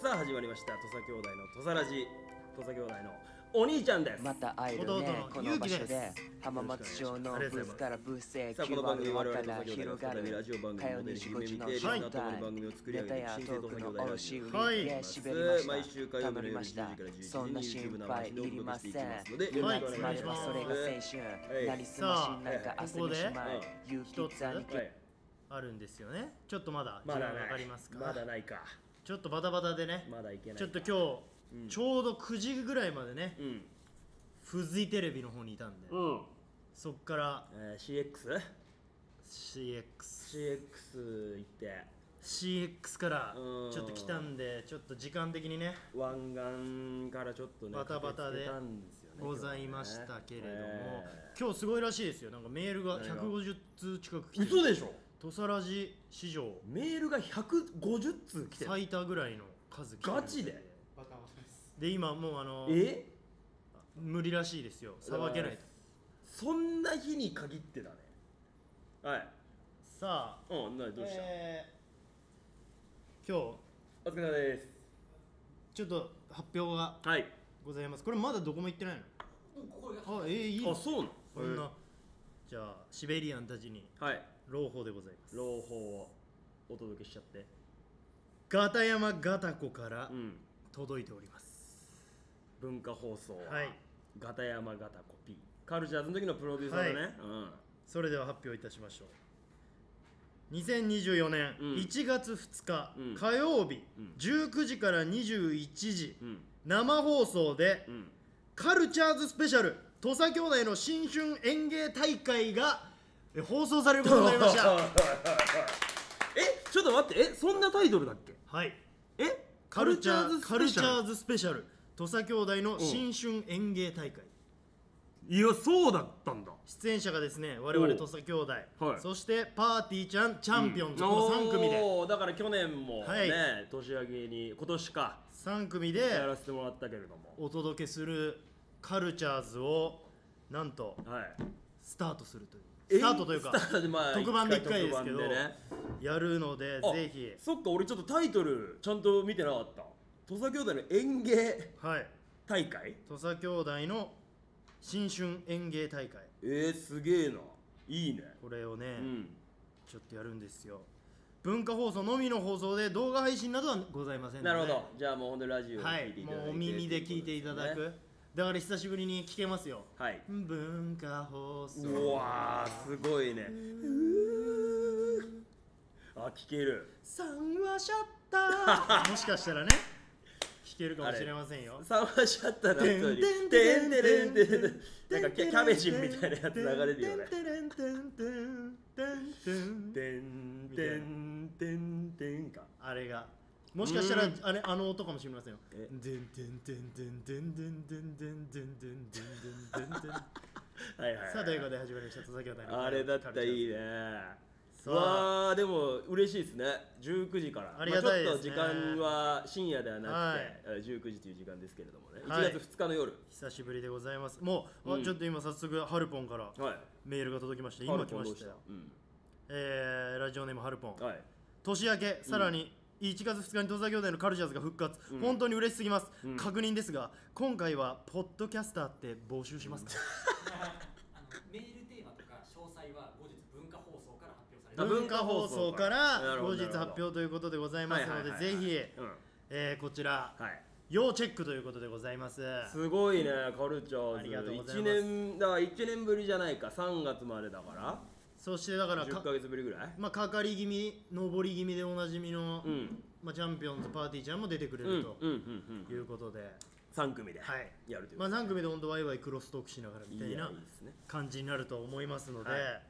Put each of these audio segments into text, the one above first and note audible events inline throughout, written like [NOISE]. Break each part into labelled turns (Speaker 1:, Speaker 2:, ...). Speaker 1: さあ始まりました土佐兄弟の土佐ラジ土佐兄弟のお兄ちゃんです
Speaker 2: また会えるね
Speaker 3: 弟
Speaker 2: こ
Speaker 3: の
Speaker 2: の場
Speaker 3: 勇気
Speaker 2: 所
Speaker 3: です
Speaker 2: で浜松町のブースからブースへ
Speaker 1: さあこの番組は我々土佐兄弟の土
Speaker 2: 広が
Speaker 1: 佐ラ
Speaker 2: る
Speaker 1: ラジオ番組のモデル
Speaker 2: 火曜日
Speaker 1: 姫見
Speaker 2: 5時の
Speaker 1: てリスナーと共に番組を作り
Speaker 2: ネ
Speaker 1: 上
Speaker 2: タ
Speaker 1: げていく
Speaker 2: や
Speaker 1: 新
Speaker 2: ト
Speaker 1: 生土佐
Speaker 2: ーク
Speaker 1: 兄
Speaker 2: の
Speaker 1: 弟ラ
Speaker 2: 卸
Speaker 1: ジオ
Speaker 2: 売
Speaker 3: は
Speaker 2: り
Speaker 3: い
Speaker 2: で
Speaker 1: ます
Speaker 2: 滑りました
Speaker 1: 毎週火曜日の
Speaker 2: 頼み
Speaker 1: 夜
Speaker 2: ま
Speaker 1: 10時
Speaker 2: し
Speaker 1: から11時よ
Speaker 2: たそんな心配いりません夢
Speaker 1: ろしくお
Speaker 2: 詰
Speaker 1: 願
Speaker 2: ま
Speaker 1: い
Speaker 2: れ
Speaker 1: し
Speaker 2: ば
Speaker 1: ます
Speaker 2: それが青春
Speaker 1: い
Speaker 2: なりすましになるか汗にしまい
Speaker 1: さあ
Speaker 2: 勇気つ兄貴
Speaker 1: はい
Speaker 3: あるんですよねちょっとまだ
Speaker 1: ま
Speaker 3: 時
Speaker 1: だ
Speaker 3: 間か
Speaker 1: な
Speaker 3: か
Speaker 1: い
Speaker 3: りますか、
Speaker 1: まだないか
Speaker 3: ちょっとバタバタでね、
Speaker 1: まだいけない
Speaker 3: ちょ
Speaker 1: か
Speaker 3: っと今日、ちょうど9時ぐらいまでね、
Speaker 1: うん
Speaker 3: フジテレビの方にいたんで、
Speaker 1: うん
Speaker 3: そっから
Speaker 1: えー
Speaker 3: CXCX
Speaker 1: CX?CX 行って
Speaker 3: からち
Speaker 1: うん
Speaker 3: ょっと来たんでちょっと時間的にね
Speaker 1: 湾岸からちょっとね
Speaker 3: バタバタ
Speaker 1: 駆けつ
Speaker 3: で
Speaker 1: けたんすよね
Speaker 3: ございましたけれども、
Speaker 1: え
Speaker 3: 今日すごいらしいですよなんかメールが
Speaker 1: 何が
Speaker 3: 150通近く来
Speaker 1: ー
Speaker 3: てる
Speaker 1: 嘘でしょ
Speaker 3: 土佐ラジ史上
Speaker 1: メールが150通来てる
Speaker 3: 最多ぐらいの数来てる
Speaker 1: ガチで
Speaker 3: で今もうあの
Speaker 1: え
Speaker 3: 無理らしいですよさばけないと
Speaker 1: そんな日に限ってだねはい
Speaker 3: さあ
Speaker 1: うんなにどうした、
Speaker 3: え
Speaker 1: お疲
Speaker 3: ー今
Speaker 1: れ様です
Speaker 3: 日ちょっと発表が
Speaker 1: はい
Speaker 3: ございますこれまだどこも行ってないのあえー、いいの
Speaker 1: あそうなの
Speaker 3: そんなじゃあシベリアンたちに
Speaker 1: はい
Speaker 3: 朗報でございます
Speaker 1: 朗報をお届けしちゃって
Speaker 3: ガタヤマガタコから
Speaker 1: うん
Speaker 3: 届いております、
Speaker 1: 文化放送
Speaker 3: はい
Speaker 1: ガタヤマガタコピーカルチャーズの時のプロデューサーだね、
Speaker 3: それでは発表いたしましょう2024年
Speaker 1: うん
Speaker 3: 1月2日、
Speaker 1: うん
Speaker 3: 火曜日、
Speaker 1: うん
Speaker 3: 19時から21時、
Speaker 1: うんうん
Speaker 3: 生放送で、
Speaker 1: うん
Speaker 3: カルチャーズスペシャル土佐兄弟の新春演芸大会がえ放送されることになりました
Speaker 1: [LAUGHS] えちょっと待ってえそんなタイトルだっけ
Speaker 3: はい
Speaker 1: え
Speaker 3: カルチャー
Speaker 1: カ
Speaker 3: カ
Speaker 1: ル
Speaker 3: ル
Speaker 1: チ
Speaker 3: チ
Speaker 1: ャ
Speaker 3: ャ
Speaker 1: ー
Speaker 3: ー
Speaker 1: ズ
Speaker 3: ズスペシャル土佐兄弟の新春演芸大会
Speaker 1: いやそうだったんだ
Speaker 3: 出演者がですね我々土佐兄弟、
Speaker 1: はい
Speaker 3: そしてパーティーちゃんチャンピオンズ、この3組で
Speaker 1: おーだから去年もね、
Speaker 3: はい
Speaker 1: 年明けに今年か
Speaker 3: 3
Speaker 1: や
Speaker 3: 組で
Speaker 1: らせてもらったけれども
Speaker 3: お届けするカルチャーズをなんと
Speaker 1: はい
Speaker 3: スタートするというスタートというか
Speaker 1: スタートまあ
Speaker 3: 特番で1回ですけど
Speaker 1: 特番でね
Speaker 3: やるので
Speaker 1: あ
Speaker 3: ぜひ
Speaker 1: そっか俺ちょっとタイトルちゃんと見てなかった土佐兄弟の演芸
Speaker 3: はい
Speaker 1: 大会
Speaker 3: 土佐兄弟の新春演芸大会
Speaker 1: えー、すげえないいね
Speaker 3: これをね、
Speaker 1: うん
Speaker 3: ちょっとやるんですよ文化放送のみの放送で動画配信などはございませんので
Speaker 1: なるほどじゃあもう本当にラジオを
Speaker 3: は
Speaker 1: 聞い
Speaker 3: い
Speaker 1: ていた
Speaker 3: も
Speaker 1: だいて、
Speaker 3: うお耳で聞いていただ
Speaker 1: と
Speaker 3: く、
Speaker 1: うことですね
Speaker 3: だから久しぶりに聞けますよ
Speaker 1: はい
Speaker 3: 文化放送
Speaker 1: うわーすごいねあ聞ける
Speaker 3: 三話シャッターもしかしたらね聞けるかもしれませんよ
Speaker 1: サンマシャッターの後に「て
Speaker 3: て
Speaker 1: ん
Speaker 3: ん
Speaker 1: て
Speaker 3: て
Speaker 1: れ
Speaker 3: ん
Speaker 1: ん
Speaker 3: て
Speaker 1: て
Speaker 3: んてん
Speaker 1: ん」なんかキャキャベジンみたいなやつ流れるよね
Speaker 3: てんてんてんてんて
Speaker 1: てんて
Speaker 3: んてんてん
Speaker 1: んてんてんか
Speaker 3: あれがもしかしたら
Speaker 1: うん
Speaker 3: あれあの音かもしれませんよ
Speaker 1: え
Speaker 3: てんてんてんてんてんてんてんてんてんてんてんてんてんてん
Speaker 1: はいはいはい
Speaker 3: さあということで始まりました佐々木渡
Speaker 1: あれだったらいいね
Speaker 3: さあ
Speaker 1: わあでも嬉しいですね19時から
Speaker 3: ありがたい
Speaker 1: ま
Speaker 3: で
Speaker 1: あ
Speaker 3: す
Speaker 1: ちょ
Speaker 3: ね
Speaker 1: っと時間は深夜ではなくて、えー19時という時間ですけれどもね
Speaker 3: はい
Speaker 1: 1月2日の夜
Speaker 3: 久しぶりでございますもう、あ
Speaker 1: うん
Speaker 3: ちょっと今早速ハルポンから
Speaker 1: はい、
Speaker 3: メールが届きました今来ま
Speaker 1: ど
Speaker 3: し
Speaker 1: う
Speaker 3: たよ
Speaker 1: うん
Speaker 3: えー、ラジオネームハルポン、
Speaker 1: はい
Speaker 3: 年明けさらに1月2日に土佐兄弟のカルチャーズが復活、本当に嬉しすぎます、確認ですが今回はポッドキャスターって募集しますか、
Speaker 4: あのメールテーマとか詳細は後日文化放送から発表され
Speaker 1: あ
Speaker 4: る
Speaker 1: 文
Speaker 3: 文
Speaker 1: 化
Speaker 3: 化
Speaker 1: 放
Speaker 3: 放
Speaker 1: 送
Speaker 3: 送
Speaker 1: か
Speaker 3: からら後日
Speaker 1: なるほどなるほ
Speaker 3: 発
Speaker 1: ど
Speaker 3: 表ということでございますので、
Speaker 1: はいはいはいはい
Speaker 3: ぜひ、
Speaker 1: うん
Speaker 3: えーこちら、
Speaker 1: はい
Speaker 3: 要チェックということでございます
Speaker 1: すごいねカルチャ
Speaker 3: ありが
Speaker 1: ー
Speaker 3: と
Speaker 1: ズ
Speaker 3: うござ
Speaker 1: 1
Speaker 3: いま
Speaker 1: 年
Speaker 3: す
Speaker 1: だから1年ぶりじゃないか3月までだか
Speaker 3: そしてだから
Speaker 1: ら
Speaker 3: か
Speaker 1: 10ヶ月ぶりぐらい
Speaker 3: まあ、かかり気味上り気味でおなじみの、
Speaker 1: うん
Speaker 3: まあ、チャンピオンズパーティーちゃんも出てくれ
Speaker 1: うんうんうん
Speaker 3: ると
Speaker 1: うん
Speaker 3: いうことで、
Speaker 1: 3組で
Speaker 3: はい
Speaker 1: やるという
Speaker 3: ま
Speaker 1: こ
Speaker 3: あ、
Speaker 1: と
Speaker 3: 何組で本当ワイワイクロストークしながらみた
Speaker 1: い
Speaker 3: い
Speaker 1: や
Speaker 3: ない
Speaker 1: いですね
Speaker 3: 感じになると思いますので、
Speaker 1: はい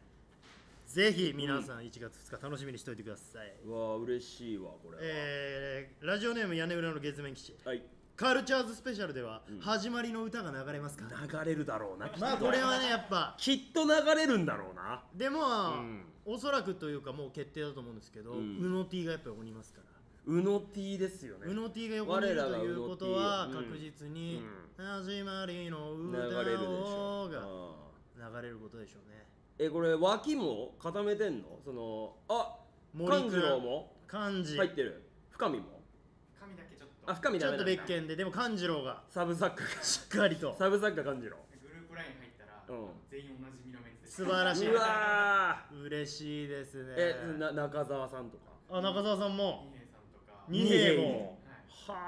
Speaker 3: ぜひ皆さん1月2日楽しみにしておいてください、
Speaker 1: うわあ嬉しいわこれは、
Speaker 3: えーラジオネーム屋根裏の月面基地
Speaker 1: はい
Speaker 3: カルチャーズスペシャルでは始まりの歌が流れますから、
Speaker 1: 流れるだろうなきっと
Speaker 3: まあこれはねやっぱ
Speaker 1: きっと流れるんだろうな
Speaker 3: でも、
Speaker 1: ん
Speaker 3: おそらくというかもう決定だと思うんですけど、
Speaker 1: うん
Speaker 3: 宇野 T がやっぱりおりますから
Speaker 1: うの T ですよ
Speaker 3: 宇
Speaker 1: ね
Speaker 3: 野 T が横にいるということは
Speaker 1: 我らが宇野 T
Speaker 3: 確実に
Speaker 1: う
Speaker 3: 「始まりの
Speaker 1: 流れるでし
Speaker 3: 歌を」が
Speaker 1: ょ
Speaker 3: 流れることでしょうね
Speaker 1: うんえこれ脇も固めてんのそのあ
Speaker 3: 森
Speaker 1: 勘
Speaker 3: 君
Speaker 1: 次郎も
Speaker 3: 漢字
Speaker 1: 入ってる深見も
Speaker 4: 紙だけちょっと
Speaker 1: あ深見
Speaker 3: ち
Speaker 1: ダ
Speaker 3: ょ
Speaker 1: メ
Speaker 3: っ
Speaker 1: な
Speaker 3: と
Speaker 1: ん
Speaker 3: 別
Speaker 1: だ
Speaker 3: 件ででも勘次郎が
Speaker 1: サブサッカー
Speaker 3: [LAUGHS] しっかりと
Speaker 1: サブサッカー感じろ
Speaker 5: グループライン入ったら、
Speaker 1: うん
Speaker 5: 全員同じ見のメンツです
Speaker 3: 素晴らしいう
Speaker 1: わ
Speaker 3: 嬉しいですね
Speaker 1: ーえな中澤さんとか
Speaker 3: あ中澤さんも
Speaker 5: 二平さんとか
Speaker 3: 二兵
Speaker 1: 二兵
Speaker 3: も
Speaker 1: も
Speaker 5: はい
Speaker 3: あ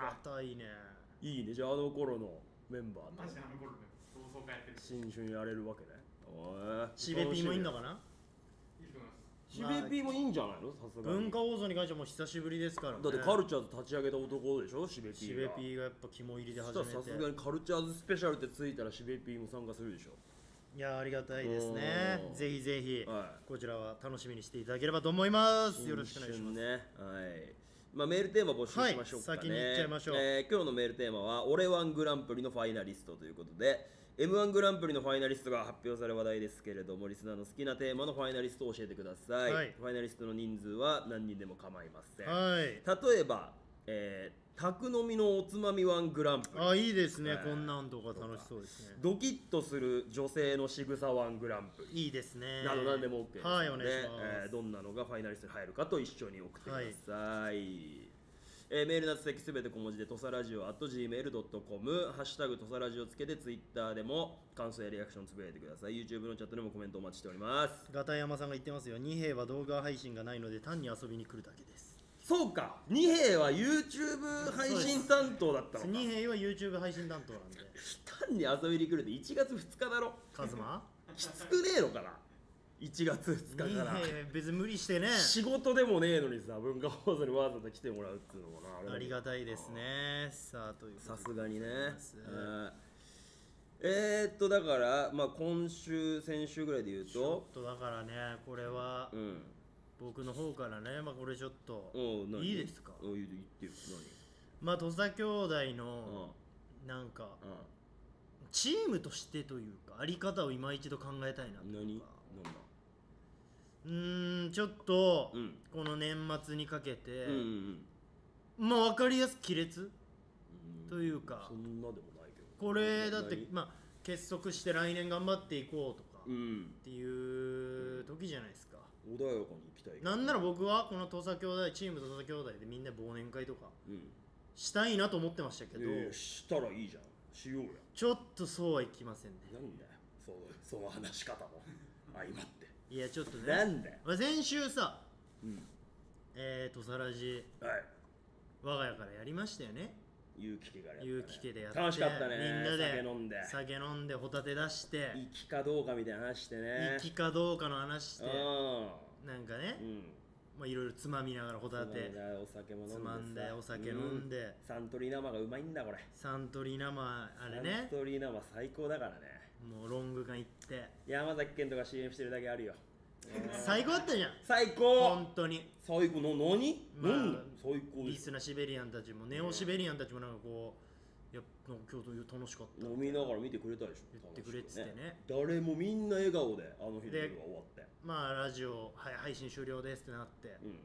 Speaker 1: はあ
Speaker 3: りがたいね
Speaker 1: いいねじゃああの頃のメンバー
Speaker 5: マジ
Speaker 1: と
Speaker 5: であの頃の同窓会やってるし
Speaker 1: 新春やれるわけねおい
Speaker 3: シベピもいいのかない
Speaker 5: ると思います
Speaker 1: シベピもいいんじゃないのさすがに
Speaker 3: 文化放送に関してはもう久しぶりですからね
Speaker 1: だってカルチャーズ立ち上げた男でしょシベピ
Speaker 3: シ
Speaker 1: ー
Speaker 3: ベ
Speaker 1: が
Speaker 3: ピーがやっぱ肝入りで
Speaker 1: そし
Speaker 3: 始
Speaker 1: た
Speaker 3: め
Speaker 1: らさ
Speaker 3: て
Speaker 1: すがにカルチャーズスペシャルってついたらシベピーも参加するでしょ
Speaker 3: いやありがたいですね
Speaker 1: うん
Speaker 3: ぜひぜひ
Speaker 1: は
Speaker 3: こちらは楽しみにしていただければと思います
Speaker 1: い
Speaker 3: よろしくお願いしま
Speaker 1: 新
Speaker 3: す
Speaker 1: 春ねはいまあ、メールテーマ募集しましょうかね、
Speaker 3: はい先に行っちゃいましょう
Speaker 1: えー今日のメールテーマは「俺ワングランプリ」のファイナリストということで m 1グランプリのファイナリストが発表され話題ですけれどもリスナーの好きなテーマのファイナリストを教えてください、
Speaker 3: はい
Speaker 1: ファイナリストの人数は何人でも構いません、
Speaker 3: はい
Speaker 1: 例えば、えー、宅飲みのおつまみワングランプリ
Speaker 3: あいいですね
Speaker 1: はい
Speaker 3: こんなんとか楽しそうですね
Speaker 1: ドキッとする女性の仕草ワングランプリ
Speaker 3: いいですね
Speaker 1: など何でも OK ですので、
Speaker 3: はいお願いし
Speaker 1: え
Speaker 3: ま
Speaker 1: ー
Speaker 3: す
Speaker 1: どんなのがファイナリストに入るかと一緒に送ってください、えーメールの宛先すべて小文字でとさラジオ at gmail.com「ハッシュタグとさラジオ」つけてツイッターでも感想やリアクションつぶやいてください YouTube のチャットでもコメントお待ちしております
Speaker 3: ガタヤマさんが言ってますよ二兵は動画配信がないので単に遊びに来るだけです
Speaker 1: そうか二兵は YouTube 配信担当だったのか
Speaker 3: 二兵は YouTube 配信担当なんで
Speaker 1: 単に遊びに来るって1月2日だろ
Speaker 3: カ
Speaker 1: [LAUGHS]
Speaker 3: ズマ
Speaker 1: きつくねえのかな1月2日から
Speaker 3: 二兵別に無理して
Speaker 1: [LAUGHS]
Speaker 3: ね
Speaker 1: 仕事でもねえのにさ文化放送にわざわざ来てもらうっていうのもなれだけど
Speaker 3: ありがたいですねさあということ
Speaker 1: さ
Speaker 3: です
Speaker 1: がにね
Speaker 3: ございます
Speaker 1: うんえー、っとだからまあ今週先週ぐらいで言う
Speaker 3: ちょ
Speaker 1: と
Speaker 3: っとだからねこれは
Speaker 1: うん
Speaker 3: 僕の方からねまあこれちょっと
Speaker 1: おう何
Speaker 3: いいですか
Speaker 1: おう言う言ってよ
Speaker 3: まあ土佐兄弟
Speaker 1: 何うん
Speaker 3: のなんか
Speaker 1: う
Speaker 3: チームとしてというかあり方を今一度考えたいなと
Speaker 1: ん
Speaker 3: い
Speaker 1: 何何
Speaker 3: う
Speaker 1: だ
Speaker 3: かうーんちょっと
Speaker 1: うん
Speaker 3: この年末にかけて
Speaker 1: うんうん
Speaker 3: まあ分かりやすく亀裂
Speaker 1: うん
Speaker 3: というか
Speaker 1: そんなでもないけど
Speaker 3: これだって
Speaker 1: 何
Speaker 3: まあ結束して来年頑張っていこうとか
Speaker 1: う
Speaker 3: っ
Speaker 1: ん
Speaker 3: ていう時じゃないですか
Speaker 1: 穏やかに行きたいけど
Speaker 3: なんなら僕はこの土佐兄弟チーム土佐兄弟でみんな忘年会とか
Speaker 1: うん
Speaker 3: したいなと思ってましたけど、
Speaker 1: いやいやしたらいいじゃんしようや
Speaker 3: ちょっとそうはいきませんね
Speaker 1: なんだよそのその話し方
Speaker 3: [LAUGHS]
Speaker 1: も相まって
Speaker 3: いやちょっと
Speaker 1: な
Speaker 3: ね
Speaker 1: んだよ
Speaker 3: まあ前週さ
Speaker 1: うん
Speaker 3: えー、とさらじ
Speaker 1: はい
Speaker 3: 我が家からやりましたよね
Speaker 1: ゆうき家からやったね
Speaker 3: 結城家でやって
Speaker 1: 楽しかったね
Speaker 3: みんなで
Speaker 1: 酒飲んで
Speaker 3: 酒飲んでホタテ出して
Speaker 1: 行きかどうかみたいな話してね
Speaker 3: 行きかどうかの話して
Speaker 1: う
Speaker 3: なんかね
Speaker 1: んうん
Speaker 3: まあいろいろつまみながらホタテ
Speaker 1: お酒も飲んで
Speaker 3: つ
Speaker 1: さ
Speaker 3: まんでお酒飲んで、
Speaker 1: サントリー生がうまいんだこれ
Speaker 3: サントリー生あれ
Speaker 1: サン
Speaker 3: ね
Speaker 1: トリー生最高だからね
Speaker 3: もうロング缶行って
Speaker 1: 山崎県とか CM してるだけあるよ
Speaker 3: 最高だったじゃん
Speaker 1: 最高
Speaker 3: 本当に
Speaker 1: 最高の何
Speaker 3: まあ
Speaker 1: 何最高
Speaker 3: リ
Speaker 1: で
Speaker 3: ス
Speaker 1: す
Speaker 3: なシベリアンたちもネオシベリアンたちもなんかこういやなんか今日と楽しかった
Speaker 1: 飲みながら見てくれたでしょ
Speaker 3: 言ってくれっつってね
Speaker 1: 誰もみんな笑顔であの日の
Speaker 3: で
Speaker 1: 夜は終わって
Speaker 3: まあラジオ、はい、配信終了ですってなって
Speaker 1: うん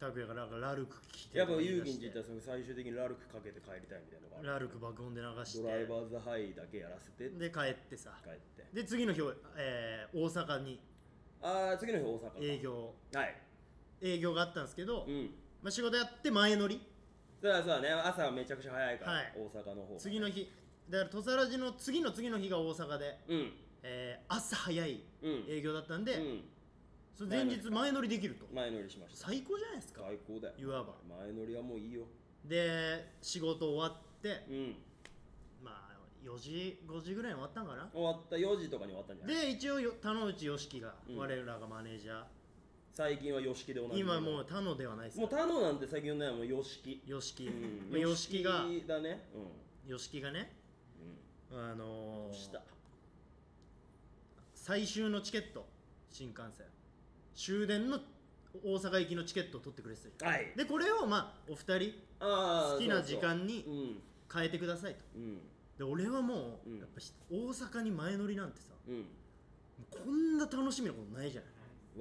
Speaker 3: 拓也がなんかラルク聞いて
Speaker 1: やっぱ勇気
Speaker 3: 言
Speaker 1: に
Speaker 3: い
Speaker 1: つい
Speaker 3: 出して
Speaker 1: たらその最終的にラルクかけて帰りたいみたいなのがある
Speaker 3: ラルク爆音で流して
Speaker 1: ドライバーズハイだけやらせてって
Speaker 3: で帰ってさ
Speaker 1: 帰って
Speaker 3: で次の日、えー大阪に
Speaker 1: ああ次の日大阪か
Speaker 3: 営業
Speaker 1: はい
Speaker 3: 営業があったんですけど、
Speaker 1: うん
Speaker 3: まあ、仕事やって前乗り
Speaker 1: そうだそうだね朝はめちゃくちゃ早いから、
Speaker 3: はい
Speaker 1: 大阪の方
Speaker 3: 次の日だから土佐ラジの次の次の日が大阪で、
Speaker 1: うん
Speaker 3: えー朝早い
Speaker 1: うん
Speaker 3: 営業だったんで、
Speaker 1: うん
Speaker 3: それ前日前乗りできると
Speaker 1: 前乗りしました
Speaker 3: 最高じゃないですか
Speaker 1: 最高だよ
Speaker 3: いわば
Speaker 1: 前乗りはもういいよ
Speaker 3: で仕事終わって
Speaker 1: うん
Speaker 3: まあ4時5時ぐらいに終わったんかな
Speaker 1: 終わった4時とかに終わったんじゃない
Speaker 3: で一応よ田之内良樹が、
Speaker 1: うん
Speaker 3: 我らがマネージャ
Speaker 1: 最近は吉木で同
Speaker 3: ー
Speaker 1: じ
Speaker 3: 今もう田野ではないです
Speaker 1: もう他のなんて最近呼んでないもう吉木
Speaker 3: 良樹
Speaker 1: うん
Speaker 3: まあ良樹が
Speaker 1: 吉木だね
Speaker 3: 良樹がね
Speaker 1: うん
Speaker 3: あの
Speaker 1: うん
Speaker 3: ー
Speaker 1: した
Speaker 3: 最終のチケット新幹線終電の大阪行きのチケットを取ってくれてたじゃん
Speaker 1: はい
Speaker 3: でこれをまあお二人
Speaker 1: ああ
Speaker 3: 好きな時間に
Speaker 1: うん
Speaker 3: 変えてくださいと
Speaker 1: うん
Speaker 3: で俺はもう、
Speaker 1: うん
Speaker 3: やっぱし大阪に前乗りなんてさ
Speaker 1: うん
Speaker 3: こんな楽しみなことないじゃない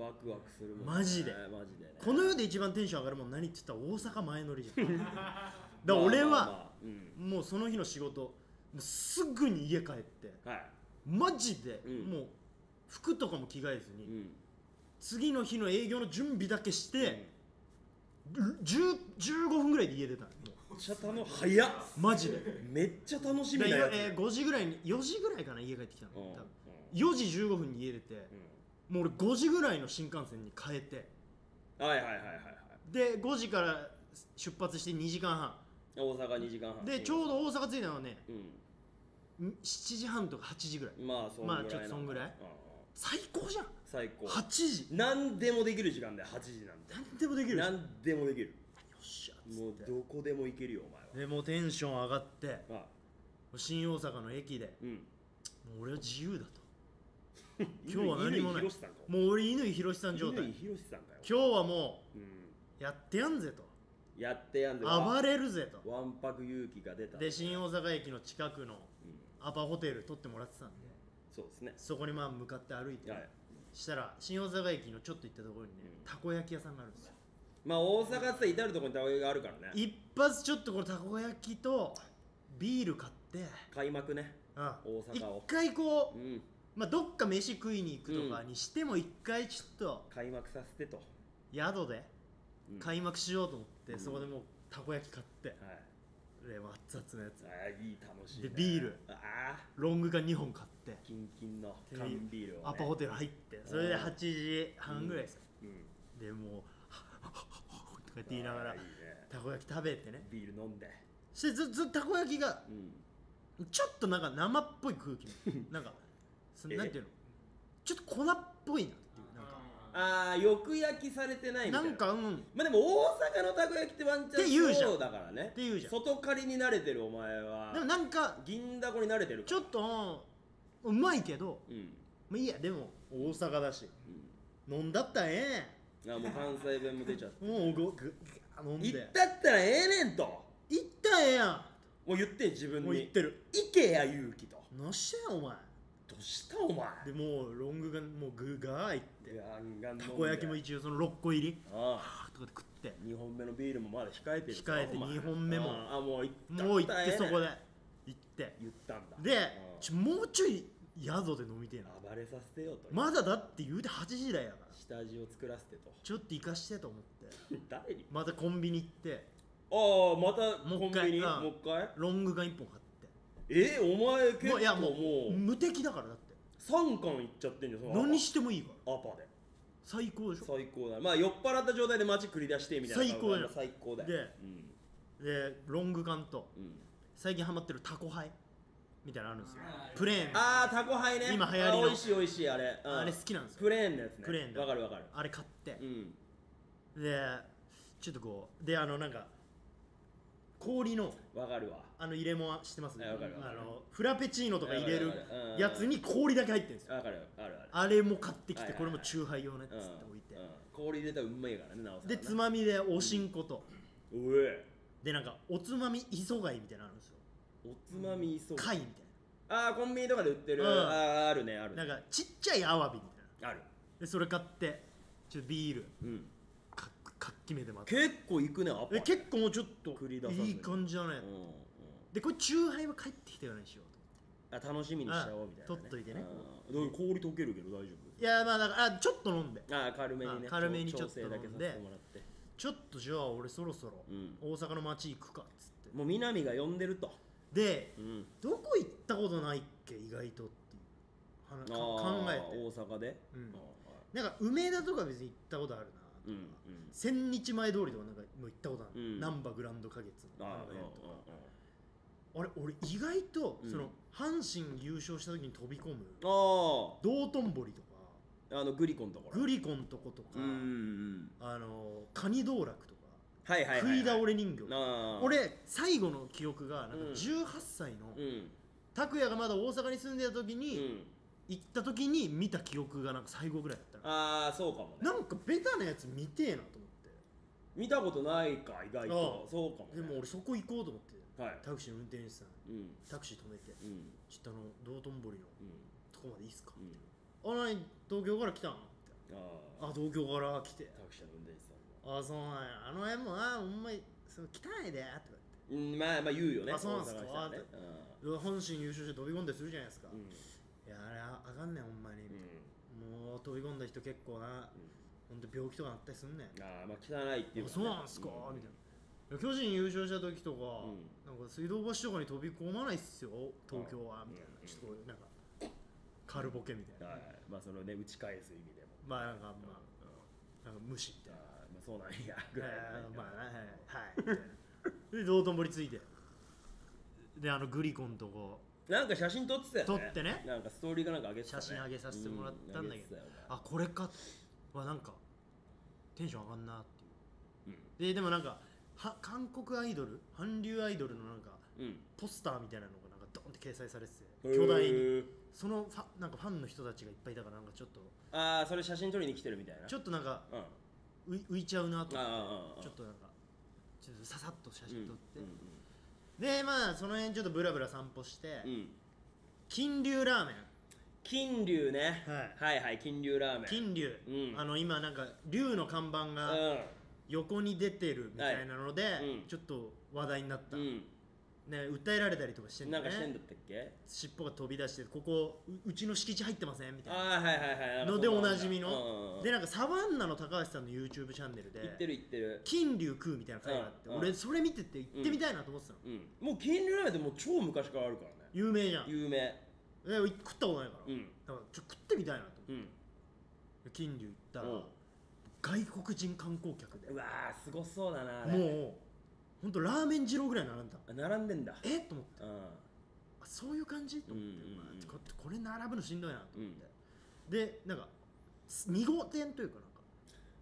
Speaker 1: ワクワクするもん、
Speaker 3: マジで
Speaker 1: マジでね
Speaker 3: この世で一番テンション上がるもん何って言ったら大阪前乗りじゃん
Speaker 1: [LAUGHS]
Speaker 3: だから俺
Speaker 1: ま
Speaker 3: は、
Speaker 1: あまあまあうん
Speaker 3: もうその日の仕事もうすぐに家帰って
Speaker 1: はい
Speaker 3: マジで、
Speaker 1: うん
Speaker 3: もう服とかも着替えずに、
Speaker 1: うん
Speaker 3: 次の日の営業の準備だけして、10 15分ぐらいで家出たのもう
Speaker 1: ちゃ楽早っ
Speaker 3: マジで
Speaker 1: めっちゃ楽しみ
Speaker 3: で
Speaker 1: な
Speaker 3: 今
Speaker 1: やつ、
Speaker 3: えー5時ぐらいに4時ぐらいかな家帰ってきたの、
Speaker 1: うんうん
Speaker 3: 多分4時15分に家出てもう俺5時ぐらいの新幹線に変えて
Speaker 1: うんはいはいはいはいはい
Speaker 3: で5時から出発して2時間半
Speaker 1: 大阪2時間半
Speaker 3: でちょうど大阪着いたのはね
Speaker 1: うん
Speaker 3: 7時半とか8時ぐらい
Speaker 1: まあそんぐらいな
Speaker 3: まあちょっとそんぐらい
Speaker 1: うんうん
Speaker 3: 最高じゃん
Speaker 1: 最高
Speaker 3: 8時
Speaker 1: 何でもできる時間だよ8時なんて
Speaker 3: 何でもできるじゃんよ
Speaker 1: 何でもできる
Speaker 3: っしゃっ
Speaker 1: もう
Speaker 3: つって
Speaker 1: どこでも行けるよお前は
Speaker 3: でもうテンション上がって
Speaker 1: まあ
Speaker 3: 新大阪の駅で
Speaker 1: うん
Speaker 3: もう俺は自由だと今日は何も
Speaker 1: 乾
Speaker 3: ない
Speaker 1: 博さんか
Speaker 3: もう俺乾博さん状
Speaker 1: 乾
Speaker 3: 態
Speaker 1: 博さんかよ
Speaker 3: 今日はも
Speaker 1: うん
Speaker 3: うやってやんぜと
Speaker 1: やってやんで
Speaker 3: 暴れるぜと
Speaker 1: わんぱく勇気が出た
Speaker 3: で新大阪駅の近くの
Speaker 1: うん
Speaker 3: アパホテル取ってもらってたんで
Speaker 1: そうですね
Speaker 3: そこにまあ向かって歩いて、
Speaker 1: はい
Speaker 3: したら新大阪駅のちょっと行ったところにね、
Speaker 1: うん
Speaker 3: たこ焼き屋さんがあるんですよ
Speaker 1: まあ大阪って至る所にたこ焼きがあるからね
Speaker 3: 一発ちょっとこのたこ焼きとビール買って、
Speaker 1: 開幕ね
Speaker 3: うん
Speaker 1: 阪を
Speaker 3: 一回こ
Speaker 1: う
Speaker 3: う、
Speaker 1: ん
Speaker 3: まあ、どっか飯食いに行くとかにしても一回ちょっと
Speaker 1: 開幕させてと
Speaker 3: 宿で
Speaker 1: うん
Speaker 3: 開幕しようと思って、
Speaker 1: うん
Speaker 3: そこでもうたこ焼き買って、
Speaker 1: はい
Speaker 3: で熱々のやつ
Speaker 1: ああいい楽しいね
Speaker 3: でビール
Speaker 1: ああ
Speaker 3: ロング缶2本買って
Speaker 1: キンキンの
Speaker 3: で
Speaker 1: 缶ビールをね
Speaker 3: アパホテル入ってそれで8時半ぐらいですよ、
Speaker 1: うん
Speaker 3: でもう「とかって言いなが
Speaker 1: ああ
Speaker 3: ら
Speaker 1: いいね
Speaker 3: たこ焼き食べてね
Speaker 1: ビール飲んで
Speaker 3: してずずっとたこ焼きが
Speaker 1: うん
Speaker 3: ちょっとなんか生っぽい空気
Speaker 1: [LAUGHS]
Speaker 3: もなんかそ
Speaker 1: え
Speaker 3: なんていうのちょっと粉っぽいなっていうなんか
Speaker 5: あ
Speaker 1: ああよく焼きされてないみたい
Speaker 3: な
Speaker 1: なん
Speaker 3: かうんっ
Speaker 1: まあでも大阪のたこ焼きってワンチ
Speaker 3: って言
Speaker 1: ャ
Speaker 3: う
Speaker 1: ン
Speaker 3: じゃん
Speaker 1: そうだからね
Speaker 3: ていうじゃん
Speaker 1: 外刈りに慣れてるお前
Speaker 3: でも
Speaker 1: は
Speaker 3: なんか
Speaker 1: 銀だこに慣れてるから
Speaker 3: ちょっとうんうまいけど
Speaker 1: うん
Speaker 3: まあいいやでも大阪だし
Speaker 1: う
Speaker 3: 飲んだったらええ
Speaker 1: んあもう関西弁も出ちゃって
Speaker 3: もうごぐぐ飲んで
Speaker 1: 行ったったらええねんと
Speaker 3: 行ったらええや
Speaker 1: もう言って自
Speaker 3: ん
Speaker 1: 分
Speaker 3: もう行っ
Speaker 1: に
Speaker 3: てる
Speaker 1: 行けや勇気と
Speaker 3: なしてんお前
Speaker 1: どうしたお前
Speaker 3: でもうロングがもう具が入って
Speaker 1: ガンガン飲んで
Speaker 3: たこ焼きも一応その6個入り
Speaker 1: あ
Speaker 3: あーとかで食って
Speaker 1: 2本目のビールもまだ控えてるぞ
Speaker 3: 控えて
Speaker 1: お前
Speaker 3: 二本目も
Speaker 1: ああもう行った
Speaker 3: もう行って
Speaker 1: た
Speaker 3: そ
Speaker 1: らええ
Speaker 3: こ
Speaker 1: ねん
Speaker 3: で行って
Speaker 1: 言ったんだ
Speaker 3: で
Speaker 1: うん
Speaker 3: ちょもうちょい宿で飲みてえな
Speaker 1: 暴れさせてよと
Speaker 3: まだだって言うて8時台やから
Speaker 1: 下味を作らせてと
Speaker 3: ちょっと行かしてと思って
Speaker 1: 誰に
Speaker 3: またコンビニ行って
Speaker 1: ああまた
Speaker 3: もう
Speaker 1: コ
Speaker 3: 一
Speaker 1: ン
Speaker 3: 回
Speaker 1: ビニ
Speaker 3: う
Speaker 1: も
Speaker 3: ん
Speaker 1: う一回
Speaker 3: ロング缶1本買って
Speaker 1: えお前結
Speaker 3: もういや
Speaker 1: 構
Speaker 3: も
Speaker 1: も
Speaker 3: う
Speaker 1: う
Speaker 3: 無敵だからだって
Speaker 1: 三巻いっちゃってんじゃんそのアパ
Speaker 3: 何してもいいから
Speaker 1: アパで
Speaker 3: 最高でしょ
Speaker 1: 最高だまあ酔っ払った状態で街繰り出してみたいな
Speaker 3: 最高だよ
Speaker 1: 最高だよ
Speaker 3: で
Speaker 1: うん
Speaker 3: でロング缶と
Speaker 1: うん
Speaker 3: 最近ハマってるタコハイみたいなのあるんですよ
Speaker 4: あー
Speaker 3: プレーン
Speaker 1: ああ
Speaker 3: あ
Speaker 1: タコハイね
Speaker 3: 今流行りの
Speaker 1: あー美味しい美味しいあれうん
Speaker 3: れ好きなんですよ
Speaker 1: プレーンのやつね
Speaker 3: プレーンだ
Speaker 1: わかるわかる
Speaker 3: あれ買って
Speaker 1: うん
Speaker 3: でちょっとこうであのなんか氷の
Speaker 1: わかるわ
Speaker 3: あの入れ物は知ってます
Speaker 1: はいわかるわか
Speaker 3: あ
Speaker 1: る
Speaker 3: のフラペチーノとか入れる
Speaker 1: わかるわかる
Speaker 3: やつに氷だけ入ってるんですよ
Speaker 1: わかるよあるある
Speaker 3: あれも買ってき
Speaker 1: はい
Speaker 3: て
Speaker 1: はい
Speaker 3: これもチューハイ用のやつっ
Speaker 1: うん
Speaker 3: つって置いて
Speaker 1: うん氷入れたらうまいからねなおさら
Speaker 3: で
Speaker 1: ね
Speaker 3: つまみでおしんこと
Speaker 1: うえ
Speaker 3: でなんかおつまみ磯貝みたいなのあるんですよ
Speaker 1: おつまみそう
Speaker 3: 貝みたい
Speaker 1: ああコンビニとかで売ってる
Speaker 3: うん
Speaker 1: あーあるねある
Speaker 3: な
Speaker 1: ね
Speaker 3: なんかちっちゃいアワビみたいな
Speaker 1: ある
Speaker 3: でそれ買ってちょっとビール
Speaker 1: うん
Speaker 3: かかっきめでまた
Speaker 1: 結構いくねアパ
Speaker 3: え結構もうちょっと
Speaker 1: 繰り出さずに
Speaker 3: いい感じじゃない、
Speaker 1: うんうん
Speaker 3: でこれチューハイは帰ってきたようにしようと
Speaker 1: あ楽しみにしちゃおうみたいなね
Speaker 3: 取っといてね
Speaker 1: うんどういう氷溶けるけど大丈
Speaker 3: いやまあだからあちょっと飲んで
Speaker 1: 夫ああ軽めにね
Speaker 3: あ軽めにちょっと
Speaker 1: 調整だけさせてもらって
Speaker 3: ちょっとじゃあ俺そろそろ
Speaker 1: うん
Speaker 3: 大阪の街行くかっつって
Speaker 1: もう南が呼んでると
Speaker 3: で
Speaker 1: うん
Speaker 3: どこ行ったことないっけ意外とっていう話か
Speaker 1: あー
Speaker 3: 考え
Speaker 1: 大阪で
Speaker 3: うん
Speaker 1: あーはい
Speaker 3: てなんか梅田とか別に行ったことあるな
Speaker 1: うんうん
Speaker 3: 千日前通りとかなんかもう行ったことある、
Speaker 1: うん
Speaker 3: なんばグランド花月のあ
Speaker 1: あ
Speaker 3: の
Speaker 1: ー
Speaker 3: 辺と
Speaker 1: う
Speaker 3: か
Speaker 1: んうんうん
Speaker 3: あれ俺意外と
Speaker 1: うん
Speaker 3: その阪神優勝した時に飛び込む
Speaker 1: あ
Speaker 3: 道頓堀とか
Speaker 1: ああのグリコのところ
Speaker 3: グリコンとことか
Speaker 1: うんうん
Speaker 3: あのカニ道楽とか
Speaker 1: はいはいはい
Speaker 3: 食
Speaker 1: はい
Speaker 3: い倒れ人形
Speaker 1: あー
Speaker 3: 俺最後の記憶がなんか
Speaker 1: うん
Speaker 3: 18歳の
Speaker 1: うん
Speaker 3: 拓哉がまだ大阪に住んでた時
Speaker 1: う
Speaker 3: に
Speaker 1: ん
Speaker 3: 行った時に見た記憶がなんか最後ぐらいだったな
Speaker 1: ああそうかもね
Speaker 3: なんかベタなやつ見てえなと思っ
Speaker 1: 見たことないか意外
Speaker 3: あ
Speaker 1: と
Speaker 3: あ
Speaker 1: そうかも、
Speaker 3: てで
Speaker 1: ね、
Speaker 3: も俺そこ行こうと思って
Speaker 1: はい
Speaker 3: タクシーの運転手さんに
Speaker 1: うん
Speaker 3: タクシー止めて
Speaker 1: うん
Speaker 3: ちょっとあの道頓堀の
Speaker 1: うん
Speaker 3: とこまでいいっすか
Speaker 1: うん
Speaker 3: あなに東京から来たんって
Speaker 1: ああ
Speaker 3: あ東京から来て
Speaker 1: タクシーの運転手さんも
Speaker 3: あそうなんやあの辺もなほんまにその汚いでとか言
Speaker 1: うん
Speaker 3: って
Speaker 1: まあまあ言うよね
Speaker 3: あそうなんすか
Speaker 1: 大阪の人はね
Speaker 3: って阪神優勝して飛び込んでするじゃないですか、
Speaker 1: うん
Speaker 3: いやあれああかんねんほんまに、
Speaker 1: う
Speaker 3: もう飛び込んだ人結構な、
Speaker 1: ん
Speaker 3: ほんと病気とかなったりすんねん、
Speaker 1: んああまあ汚いっていう
Speaker 3: あ
Speaker 1: かね
Speaker 3: そうなんすか、
Speaker 1: う
Speaker 3: みたいいや巨人優勝した時とか、
Speaker 1: うん
Speaker 3: なんか水道橋とかに飛び込まないっすよ東京はみたい
Speaker 1: うん
Speaker 3: なちょっとなんかカルボケみたいな、
Speaker 1: はいまあそのね打ち返す意味でも、
Speaker 3: まあなんかまあなんか無視み
Speaker 1: あー
Speaker 3: たいな、
Speaker 1: まあ、そうなんやぐらい
Speaker 3: え
Speaker 1: のね
Speaker 3: ー、まあはいはいみたいなで道頓堀ついてであのグリコのとこ
Speaker 1: なんか写真撮ってたよね
Speaker 3: 撮ってね
Speaker 1: なんかストーリーかなんか上げてた、ね、
Speaker 3: 写真上げさせてもらったんだ
Speaker 1: う上
Speaker 3: けど
Speaker 1: げてたよ
Speaker 3: あこれかはなんかテンション上がんなっていう
Speaker 1: うん
Speaker 3: ででもなんかは韓国アイドル韓流アイドルのなんか
Speaker 1: うん
Speaker 3: ポスターみたいなのがなんかドーンって掲載されて
Speaker 1: へー
Speaker 3: て巨大にそのファなんかファンの人たちがいっぱいいたからなんかちょっと
Speaker 1: ああそれ写真撮りに来てるみたいな
Speaker 3: ちょっとなんか
Speaker 1: うんあ
Speaker 3: 浮い浮いちゃうなと
Speaker 1: ああああ
Speaker 3: 思ってちょっとなんかちょっとささっと写真撮って、
Speaker 1: うん
Speaker 3: でまあその辺ちょっとブラブラ散歩して、
Speaker 1: うんうん
Speaker 3: 金龍ラーメン
Speaker 1: 金龍ね、
Speaker 3: は
Speaker 1: は
Speaker 3: い
Speaker 1: いはい金龍ラーメン
Speaker 3: 金龍、
Speaker 1: うん
Speaker 3: あの今なんか龍の看板
Speaker 1: う
Speaker 3: が
Speaker 1: ん
Speaker 3: 横に出てるみたいなので、
Speaker 1: いうん
Speaker 3: ちょっと話題になった、ね
Speaker 1: う
Speaker 3: 訴えられたりとかして
Speaker 1: ん、
Speaker 3: ん
Speaker 1: な
Speaker 3: だ
Speaker 1: ん
Speaker 3: よ
Speaker 1: かしてん
Speaker 3: ね
Speaker 1: だったっけ
Speaker 3: 尻尾が飛び出してここううちの敷地入ってませんみたいな
Speaker 1: ああはいはいはい
Speaker 3: のでおなじみ
Speaker 1: うんうんう
Speaker 3: の
Speaker 1: ん
Speaker 3: でなんかサバンナの高橋さんの YouTube チャンネルで
Speaker 1: 言ってる言ってる
Speaker 3: 金龍食うみたいな回があって、
Speaker 1: うんうん
Speaker 3: 俺それ見てて行ってみたいなと思ってたの、
Speaker 1: うんもう金龍ラーメンってもう超昔からあるからね
Speaker 3: 有名じゃん、
Speaker 1: 有名
Speaker 3: え食ったことないから、
Speaker 1: うん
Speaker 3: だからちょ食ってみたいなと思って
Speaker 1: うん
Speaker 3: 金龍行ったら、
Speaker 1: うん
Speaker 3: 外国人観光客で
Speaker 1: うわーすごそうだなあれ
Speaker 3: もう本当ラーメン二郎ぐらい並んだ
Speaker 1: あ並んでんだ
Speaker 3: えっと思って
Speaker 1: うん
Speaker 3: あそういう感じと思って、
Speaker 1: うんうんうん
Speaker 3: まあここれ並ぶのしんどいなと
Speaker 1: う
Speaker 3: 思っ
Speaker 1: ん
Speaker 3: て、でなんか2号店というか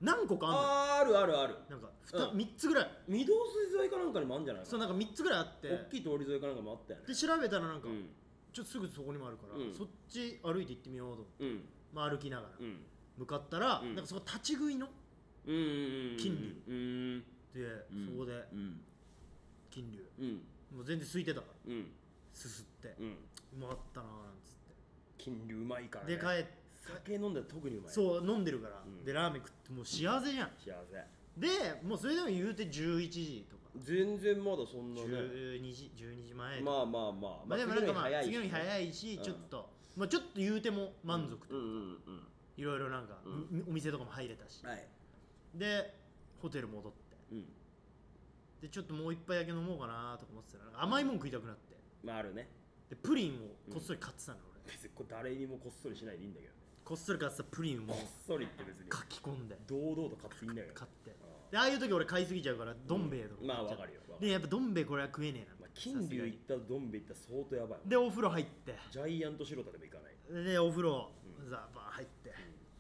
Speaker 3: なんか何個かあんのよ
Speaker 1: あーあるあるある
Speaker 3: なんか
Speaker 1: うん
Speaker 3: 3つぐらい、
Speaker 1: 御堂筋沿いかなんかにもあるんじゃないか
Speaker 3: そうなんか3つぐらいあって
Speaker 1: 大きい通り沿いかなんかもあったよね
Speaker 3: で調べたらなんか、
Speaker 1: うん
Speaker 3: ちょっとすぐそこにもあるから、
Speaker 1: うん
Speaker 3: そっち歩いて行ってみようと思って、
Speaker 1: うん
Speaker 3: まあ、歩きながら、
Speaker 1: うん
Speaker 3: 向かったら、
Speaker 1: うん
Speaker 3: なんかそこ立ち食いの
Speaker 1: うんうんうん
Speaker 3: 金龍
Speaker 1: うん
Speaker 3: で、
Speaker 1: うん
Speaker 3: そこで
Speaker 1: うん
Speaker 3: 金龍
Speaker 1: うん
Speaker 3: もう全然空いてたから
Speaker 1: うん
Speaker 3: すすって
Speaker 1: うん
Speaker 3: うまかったなーなんつって
Speaker 1: 金龍うまいからね
Speaker 3: で帰っ
Speaker 1: 酒飲んだら特にうまい
Speaker 3: そう飲んでるから、
Speaker 1: うん
Speaker 3: でラーメン食ってもう幸せじゃん
Speaker 1: 幸せ
Speaker 3: でもうそれでも言うて11時とか
Speaker 1: 全然まだそんなね
Speaker 3: 12時12時前
Speaker 1: まあまあまあ
Speaker 3: まあでもなんかまあ次の日
Speaker 1: い
Speaker 3: 早いし
Speaker 1: うん
Speaker 3: ちょっと、まあちょっと言うても満足と
Speaker 1: うんうんうん
Speaker 3: いろいろなんか、
Speaker 1: うん
Speaker 3: みお店とかも入れたし
Speaker 1: うんはい
Speaker 3: でホテル戻って
Speaker 1: うん
Speaker 3: でちょっともう一杯だけ飲もうかなとか思ってたらなんか甘いもん食いたくなって
Speaker 1: まああるね
Speaker 3: でプリンをこっそり買ってたの、俺
Speaker 1: 別にこれ誰にもこっそりしないでいいんだけどね
Speaker 3: こっそり買ってたプリンを
Speaker 1: こっそりって別に
Speaker 3: 書き込んで
Speaker 1: 堂々と買っていいんだけどね
Speaker 3: 買って
Speaker 1: あ
Speaker 3: でああいう時俺買いすぎちゃうからどん兵衛とか買っちゃ
Speaker 1: ま
Speaker 3: う
Speaker 1: あわかるよわかる
Speaker 3: でやっぱどん兵衛これは食えねえな
Speaker 1: まあ
Speaker 3: さ
Speaker 1: 金
Speaker 3: すが
Speaker 1: 龍
Speaker 3: に
Speaker 1: 行ったドンベ行った相当やばいもん
Speaker 3: でお風呂入って
Speaker 1: ジャイアント白田でも行かない
Speaker 3: でお風呂、
Speaker 1: うん
Speaker 3: ザバー入って、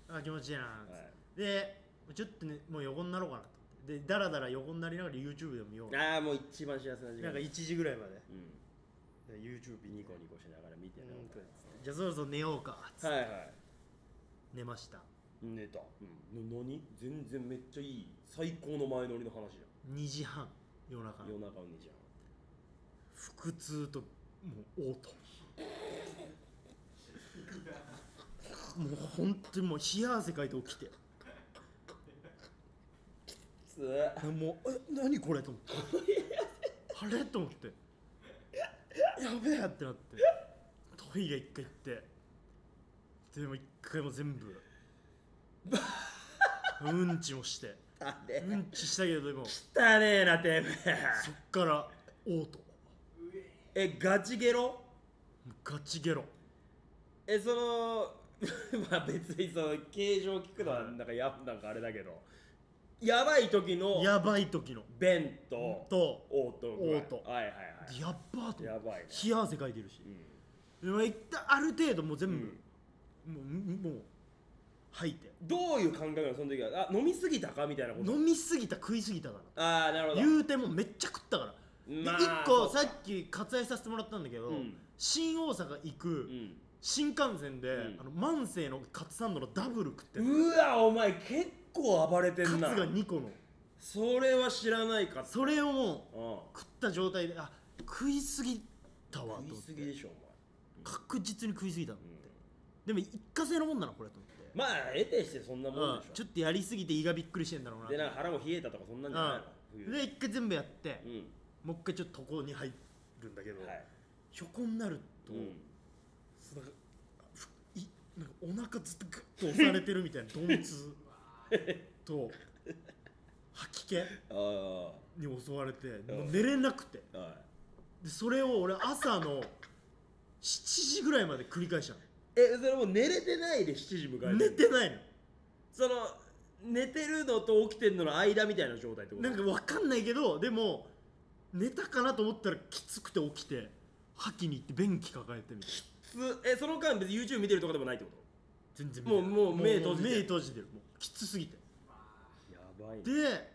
Speaker 3: あ気持ちいいなーっつって、
Speaker 1: はい
Speaker 3: でちょっとねもう横になろうかなと思ってでだらだら横になりながら YouTube でも見よう
Speaker 1: ああもう一番幸せな時間
Speaker 3: なんか1時ぐらいまで
Speaker 1: うん
Speaker 3: で YouTube
Speaker 1: ニコニコしながら見てね
Speaker 3: うんとじゃあそろそろ寝ようかっつっ
Speaker 1: は
Speaker 3: て、
Speaker 1: いはい
Speaker 3: 寝ました
Speaker 1: 寝たうんな何全然めっちゃいい最高の前乗りの話じ
Speaker 3: 2時半夜
Speaker 1: ゃ
Speaker 3: 中
Speaker 1: ん
Speaker 3: の
Speaker 1: 夜中にじゃん
Speaker 3: 腹痛ともう嘔吐もう本当にもう冷や汗かいて起きて
Speaker 1: つー
Speaker 3: もうえ何これと思ってあれと思ってやべえってなってトイレ一回行ってでも一回も全部うんちもして
Speaker 1: あれ
Speaker 3: うんちしたけどでもそ
Speaker 1: 汚ねえなてめえ
Speaker 3: っから嘔吐も
Speaker 1: えガチゲロ
Speaker 3: うガチゲロ
Speaker 1: えその [LAUGHS] まあ別にその形状聞くのはなんかやなんかあれだけどやばい時の
Speaker 3: やばい時の
Speaker 1: 便と
Speaker 3: と
Speaker 1: オート具合
Speaker 3: 嘔吐
Speaker 1: はいはいはい
Speaker 3: やっばーと思
Speaker 1: や
Speaker 3: って
Speaker 1: ばいね
Speaker 3: 冷や汗かいてるし
Speaker 1: うん
Speaker 3: でも一旦ある程度もう全部、もうもう吐いて
Speaker 1: どういう感覚なのその時はあ飲みすぎたかみたいなこと
Speaker 3: 飲みすぎた食いすぎたから
Speaker 1: ああなるほど
Speaker 3: 言うてもめっちゃ食ったから、
Speaker 1: まあ
Speaker 3: で1
Speaker 1: そ
Speaker 3: 個
Speaker 1: うか
Speaker 3: さっき割愛させてもらったんだけど、
Speaker 1: うん
Speaker 3: 新大阪行く、
Speaker 1: うん
Speaker 3: 新幹線で、
Speaker 1: うん
Speaker 3: あの万世のカツサンドのダブル食って
Speaker 1: うわお前結構暴れて
Speaker 3: カツ
Speaker 1: んな
Speaker 3: が2個の
Speaker 1: それは知らないか
Speaker 3: それをも
Speaker 1: うん
Speaker 3: う食った状態であ食いすぎたわ
Speaker 1: 食
Speaker 3: と思
Speaker 1: い
Speaker 3: っ
Speaker 1: す
Speaker 3: て
Speaker 1: ぎでしょお
Speaker 3: 確実に食いすぎたの、
Speaker 1: 前、うん
Speaker 3: でも一過性のもんだなこれと思って、
Speaker 1: まあ得てしてそんなもんで
Speaker 3: う
Speaker 1: し
Speaker 3: ん
Speaker 1: ょ
Speaker 3: ちょっとやりすぎて胃がびっくりしてんだろうな
Speaker 1: でなんか腹も冷えたとかそんなんじゃないの
Speaker 3: うん
Speaker 1: 冬
Speaker 3: で一回全部やって、
Speaker 1: うん
Speaker 3: もう一回ちょっと床に入るんだけど、
Speaker 1: はい
Speaker 3: ひょこになると、
Speaker 1: うん
Speaker 3: なんかふいなんかお
Speaker 1: [LAUGHS]
Speaker 3: 腹ずっとグッと押されてるみたいな鈍痛と吐きけ
Speaker 1: あ
Speaker 3: に襲われてもう寝れなくて
Speaker 1: あは
Speaker 3: でそれを俺朝の7時ぐらいまで繰り返した
Speaker 1: いえそれもう寝れてないで7時迎え
Speaker 3: の寝て
Speaker 1: い
Speaker 3: ないの
Speaker 1: その寝てるのと起きてるのの間みたいな状態ってこと
Speaker 3: なんか分かんないけどでも寝たかなと思ったらきつくて起きて吐きに行って便器抱えてみたいな
Speaker 1: つえその間別に YouTube 見てるとかでもないってこ
Speaker 3: 全然
Speaker 1: もうもう目閉じてる
Speaker 3: 目閉じてるもうきつすぎて
Speaker 1: とやばいね
Speaker 3: で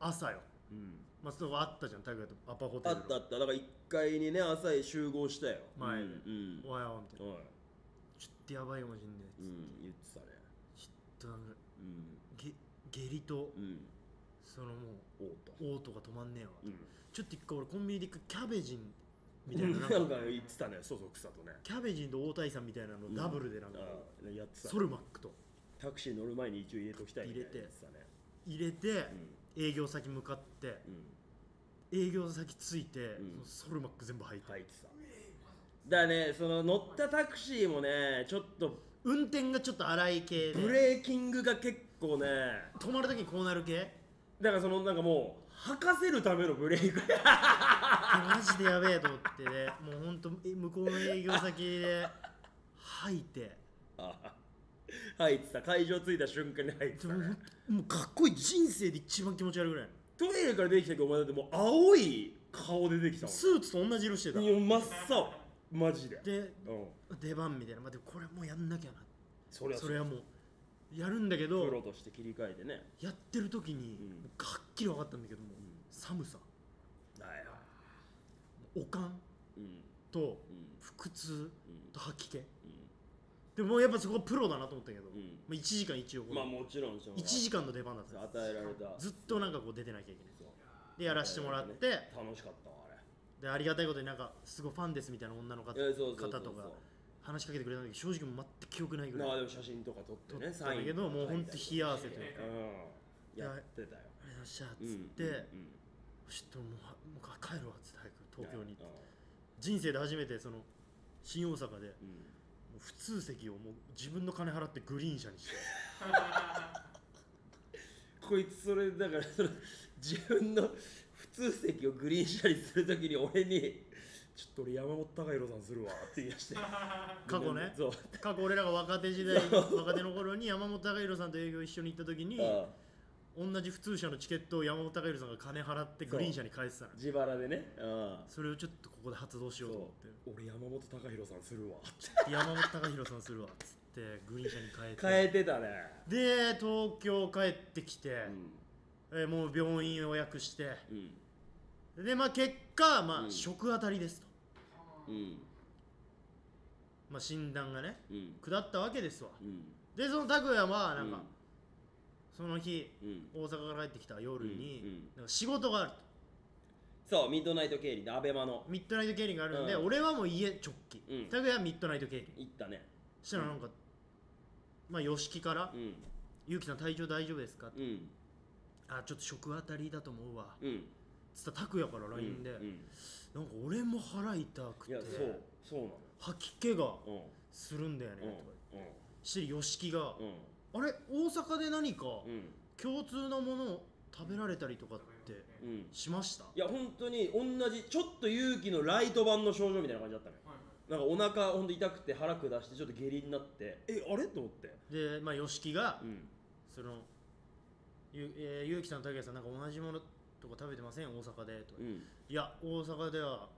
Speaker 3: 朝よ
Speaker 1: うん
Speaker 3: まあそこあったじゃん大会とアパホテ
Speaker 1: あ
Speaker 3: ル
Speaker 1: ったあっただから1階にね朝へ集合したようん
Speaker 3: 前
Speaker 1: うん
Speaker 3: おはようみたいな
Speaker 1: おい
Speaker 3: ちょっとやばいかもしんねえ
Speaker 1: う
Speaker 3: っつ
Speaker 1: ん言ってたね
Speaker 3: ってなんか
Speaker 1: うん
Speaker 3: げ下痢と
Speaker 1: うん
Speaker 3: そのも
Speaker 1: おうと
Speaker 3: う嘔吐が止まんねえわ
Speaker 1: うん
Speaker 3: ちょっと一回俺コンビニで一回キャベジンみたいな
Speaker 1: [LAUGHS] な
Speaker 3: なんん
Speaker 1: か
Speaker 3: か
Speaker 1: 言ってたねそうそう草とね
Speaker 3: キャベジンと大谷さんみたいなのダブルでなんか
Speaker 1: うんやってた
Speaker 3: ソルマックと
Speaker 1: タクシー乗る前に一応入れときたいみたいな
Speaker 3: 入れて
Speaker 1: やつだね
Speaker 3: 入れて営業先向かって
Speaker 1: うんうん
Speaker 3: 営業先着いて
Speaker 1: うん
Speaker 3: そのソルマック全部履いて
Speaker 1: 入ってただからねその乗ったタクシーもねちょっと
Speaker 3: 運転がちょっと荒い系で
Speaker 1: ブレーキングが結構ね
Speaker 3: 止まるときにこうなる系
Speaker 1: だからそのなんかもう吐かせるためのブレーク
Speaker 3: マジでやべえと思ってねもうほんとえ向こうの営業先で吐いて
Speaker 1: あ入ってた会場着いた瞬間に入って
Speaker 3: で
Speaker 1: た、
Speaker 3: もほん
Speaker 1: ね、
Speaker 3: ともうかっこいい人生で一番気持ち悪いぐらい
Speaker 1: トイレから出てきたけどお前だってもう青い顔出てきたも
Speaker 3: スーツと同じ色してた
Speaker 1: んいや真っ青マジで
Speaker 3: で
Speaker 1: うん
Speaker 3: 出番みたいな、まあ、でもこれもうやんなきゃな
Speaker 1: それは
Speaker 3: それはもうやるんだけ
Speaker 1: プロ
Speaker 3: ど
Speaker 1: として切り替えてね
Speaker 3: やってる時に
Speaker 1: うん
Speaker 3: もうはっきり分かったんだけども、
Speaker 1: ん
Speaker 3: 寒さ
Speaker 1: だよ
Speaker 3: おかん
Speaker 1: うん
Speaker 3: と
Speaker 1: うん
Speaker 3: 腹痛
Speaker 1: うん
Speaker 3: と吐き気
Speaker 1: う
Speaker 3: でももうやっぱそこはプロだなと思ったけど、
Speaker 1: んう
Speaker 3: ま
Speaker 1: ん
Speaker 3: あ、1時間一応こう
Speaker 1: まあもちろんその
Speaker 3: 1時間の出番だったんで
Speaker 1: 与えられた
Speaker 3: すずっとなんかこう出てなきゃいけない
Speaker 1: そう
Speaker 3: でやらしてもらって、
Speaker 1: 楽しかったわあ
Speaker 3: でありがたいことになんかすごいファンですみたいな女の方
Speaker 1: れいやそうそうそう
Speaker 3: 方
Speaker 1: そ
Speaker 3: と
Speaker 1: う
Speaker 3: か話しかけてくれたんだけど正直全く記憶ないぐらい
Speaker 1: まあでも写真とか撮って
Speaker 3: 撮っ
Speaker 1: ね
Speaker 3: たんだけどもうほんと冷
Speaker 1: や
Speaker 3: や汗というか
Speaker 1: うんやってたよ
Speaker 3: 「ありがとうございました」っつって、
Speaker 1: うんうん
Speaker 3: ちょっともうはもう帰るわっつって
Speaker 1: うん
Speaker 3: 早く東京に行って
Speaker 1: うん
Speaker 3: 人生で初めてその新大阪でも
Speaker 1: うん
Speaker 3: う普通席をもう自分の金払ってグリーン車
Speaker 1: [LAUGHS]
Speaker 3: にして
Speaker 1: こいつそれだからその自分の普通席をグリーン車にするときに俺に「ちょっと俺山本貴弘さんするわ」って言い出して
Speaker 3: [LAUGHS] 過去ね
Speaker 1: そう
Speaker 3: 過去俺らが若手
Speaker 1: [LAUGHS]
Speaker 3: 時代若手の頃に山本貴弘さんと営業一緒に行った時に
Speaker 1: ああ
Speaker 3: 同じ普通車のチケットを山本貴弘さんが金払ってグリーン車に返してたの
Speaker 1: 自腹でねああ
Speaker 3: それをちょっとここで発動しようと思って
Speaker 1: 俺山本貴弘さんするわって
Speaker 3: で山本貴弘さんするわっつってグリーン車に変え
Speaker 1: 変
Speaker 3: て
Speaker 1: えてたね
Speaker 3: で東京帰ってきて、
Speaker 1: うん
Speaker 3: えーもう病院予約して
Speaker 1: うん
Speaker 3: でまあ結果まあ、
Speaker 1: うん
Speaker 3: 食あたりですと、
Speaker 1: うん
Speaker 3: まあ、診断がね
Speaker 1: うん
Speaker 3: 下ったわけですわ
Speaker 1: うん
Speaker 3: でその拓哉はなんか、
Speaker 1: うん
Speaker 3: その日
Speaker 1: うん
Speaker 3: 大阪から帰ってきた夜に、
Speaker 1: うんうん
Speaker 3: なんか仕事がある
Speaker 1: そうミッドナイト経理でアベマの
Speaker 3: とミッドナイトケイリングがあるんで、
Speaker 1: うん
Speaker 3: 俺はもう家直帰
Speaker 1: うん
Speaker 3: 拓哉はミッドナイトケイリング
Speaker 1: 行ったね
Speaker 3: そしたらなんか、まあ吉木から
Speaker 1: うん
Speaker 3: 「ゆうきさん体調大丈夫ですか
Speaker 1: うん
Speaker 3: あちょっと食あたりだと思うわ
Speaker 1: うん
Speaker 3: つったら拓哉から
Speaker 1: うん
Speaker 3: LINE で、
Speaker 1: うん
Speaker 3: なんか俺も腹痛く
Speaker 1: い
Speaker 3: て
Speaker 1: やそうそうなの
Speaker 3: 吐き気が
Speaker 1: よ
Speaker 3: するんだよね
Speaker 1: うんう
Speaker 3: とか
Speaker 1: ん
Speaker 3: して吉木が
Speaker 1: う、ん
Speaker 3: あれ大阪で何か
Speaker 1: うん
Speaker 3: 共通のものを食べられたりとかって
Speaker 1: うん
Speaker 3: しました
Speaker 1: いや本当に同じちょっと勇気のライト版の症状みたいな感じだったのよなんかお腹ほんと痛くて腹下してちょっと下痢になってえあれと思って
Speaker 3: でまあ吉木が
Speaker 1: うん
Speaker 3: そのゆ,、えー、ゆうきさんとたけさんなんか同じものとか食べてません大阪でとか、
Speaker 1: うん
Speaker 3: いや大阪では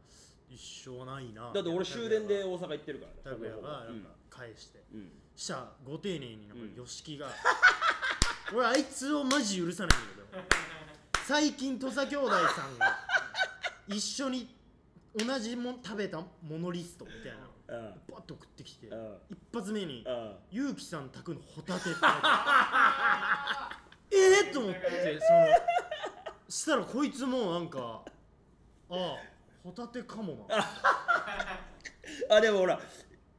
Speaker 3: 一生ないな
Speaker 1: だって俺終電で
Speaker 3: み
Speaker 1: 大阪行ってるからね
Speaker 3: たいな拓哉が
Speaker 1: う
Speaker 3: なん
Speaker 1: ん
Speaker 3: か返して、
Speaker 1: うん
Speaker 3: したらご丁寧になんか
Speaker 1: うん
Speaker 3: 吉木が、俺あいつをマジ許さないんだけど最近土佐兄弟さんが一緒に同じもん食べたものリストみたいなの
Speaker 1: あ
Speaker 3: バッと送ってきて
Speaker 1: あ
Speaker 3: 一発目に
Speaker 1: あ
Speaker 3: 「ゆうきさん炊くのホタテ」って書いてあるええと思ってそのしたらこいつもなんか「ああホタテかもな」
Speaker 1: ああでもほら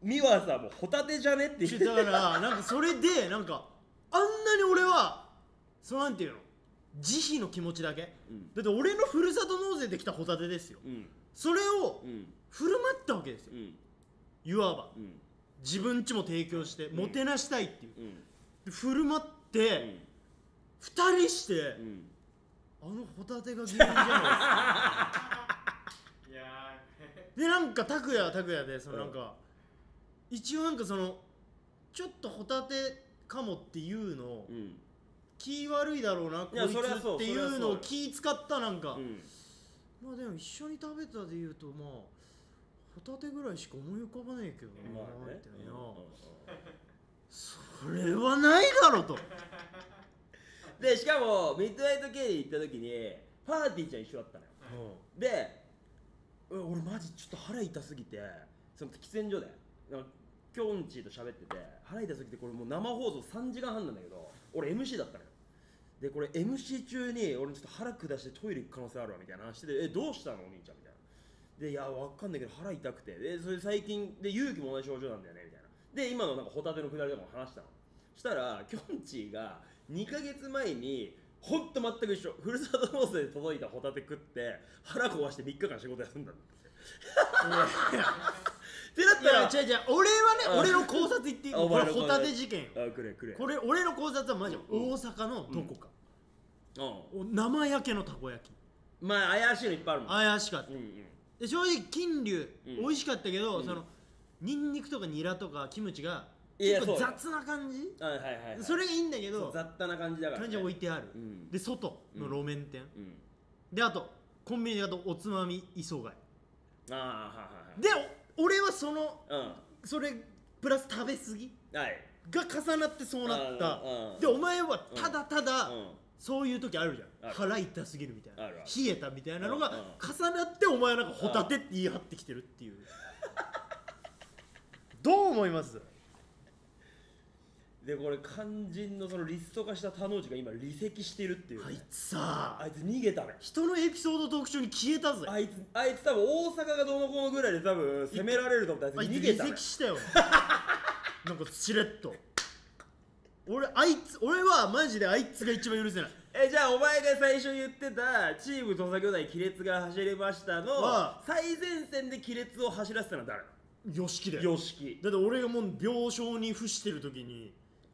Speaker 1: 美和さんもホタテじゃねって言って
Speaker 3: だからなんかそれでなんかあんなに俺はそのなんていうの慈悲の気持ちだけ
Speaker 1: うん
Speaker 3: だって俺のふるさと納税できたホタテですよ
Speaker 1: うん
Speaker 3: それを
Speaker 1: うん
Speaker 3: 振る舞ったわけですよ
Speaker 1: うん
Speaker 3: いわば
Speaker 1: うん
Speaker 3: 自分家も提供してもてなしたいっていう
Speaker 1: うん
Speaker 3: で振る舞っ
Speaker 1: う
Speaker 3: て
Speaker 1: ん
Speaker 3: 2人して
Speaker 1: うん
Speaker 3: あのホタテが原因じゃ
Speaker 5: [LAUGHS] いや
Speaker 3: ないでなんか拓哉は拓哉でそのなんか、一応なんかそのちょっとホタテかもっていうのを、
Speaker 1: うん
Speaker 3: 気悪いだろうなこ
Speaker 1: い
Speaker 3: い
Speaker 1: や
Speaker 3: つ
Speaker 1: そりゃそう
Speaker 3: ってい
Speaker 1: そりゃそう
Speaker 3: の
Speaker 1: う
Speaker 3: を
Speaker 1: よ
Speaker 3: 気使ったなんか、
Speaker 1: うん
Speaker 3: まあでも一緒に食べたで言うとまあホタテぐらいしか思い浮かばねえけどな
Speaker 1: まあね
Speaker 3: みた
Speaker 1: う
Speaker 3: い
Speaker 1: ん
Speaker 3: な、
Speaker 1: うん
Speaker 3: それはないだろと
Speaker 1: うんでしかもミッドナイト系に行った時にパーティーちゃん一緒だったのよでうん俺マジちょっと腹痛すぎてその喫煙所でなんかきょんちぃと喋ってて腹痛すぎてこれもう生放送3時間半なんだけど俺 MC だったのよでこれ MC 中に俺ちょっと腹下してトイレ行く可能性あるわみたいな話してて「えどうしたのお兄ちゃん」みたいなでいやわかんないけど腹痛くてでそれ最近で勇気も同じ症状なんだよねみたいなで今のなんかホタテのくだりとかも話したのそしたらきょんちぃが2ヶ月前にほんと全く一緒ふるさと納税で届いたホタテ食って腹壊して3日間仕事休んだんだって [LAUGHS] ってなっ
Speaker 3: い
Speaker 1: たら
Speaker 3: や違う違う俺は
Speaker 1: うん
Speaker 3: ね俺の考察言っていい
Speaker 1: あ
Speaker 3: こ
Speaker 1: お前の
Speaker 3: れ
Speaker 1: 考
Speaker 3: ホ
Speaker 1: 察
Speaker 3: タテ事件よ
Speaker 1: あくれくれ
Speaker 3: これ俺の考察はマジ
Speaker 1: う
Speaker 3: 大
Speaker 1: ん
Speaker 3: 阪のどこか、
Speaker 1: う
Speaker 3: お生焼けのたこ焼き
Speaker 1: んまあ怪しいのいっぱいあるもん
Speaker 3: 怪しかった
Speaker 1: うんうん
Speaker 3: で正直金龍、
Speaker 1: うん
Speaker 3: 美味しかったけど、
Speaker 1: うん
Speaker 3: そのニンニクとかニラとかキムチが
Speaker 1: いや
Speaker 3: 結構
Speaker 1: そう
Speaker 3: 雑な感じ
Speaker 1: はいはいはいはい
Speaker 3: それがいいんだけ
Speaker 1: そう
Speaker 3: ど
Speaker 1: 雑多な感じだから、
Speaker 3: 感
Speaker 1: ね、
Speaker 3: じ置いてある、
Speaker 1: うん
Speaker 3: で外の路面店、
Speaker 1: うん
Speaker 3: であとコンビニだとおつまみ磯貝
Speaker 1: ああはい
Speaker 3: でお俺はその
Speaker 1: はいはい
Speaker 3: それプラス食べ過ぎ
Speaker 1: うんはい
Speaker 3: が重なってそうなっ
Speaker 1: うんうん
Speaker 3: たでお前はただただ、
Speaker 1: うん
Speaker 3: そういう時あるじゃ
Speaker 1: あ
Speaker 3: ん
Speaker 1: る
Speaker 3: 腹痛すぎるみたいな
Speaker 1: あるある
Speaker 3: 冷えたみたいなの
Speaker 1: うんうん
Speaker 3: が重なってお前なんかホタテって言い張ってきてるっていうどう思います
Speaker 1: でこれ肝心のそのリスト化した田之内が今離席してるっていうね、
Speaker 3: あいつさ
Speaker 1: あいつ逃げたのよ
Speaker 3: 人のエピソードトーク中に消えたぜ
Speaker 1: あいつあいつ多分大阪がどうのこうのぐらいで多分攻められると思った
Speaker 3: あ
Speaker 1: ら
Speaker 3: いつ
Speaker 1: 逃げた
Speaker 3: 離
Speaker 1: のよ
Speaker 3: 席したよ [LAUGHS] なんかしれっと俺あいつ俺はマジであいつが一番許せない
Speaker 1: えじゃあお前が最初言ってたチーム土佐兄弟亀裂が走りましたの
Speaker 3: は
Speaker 1: 最前線で亀裂を走らせたのは誰
Speaker 3: 吉木だ
Speaker 1: な
Speaker 3: よ
Speaker 1: の吉
Speaker 3: だって俺がもう病床に伏してる時に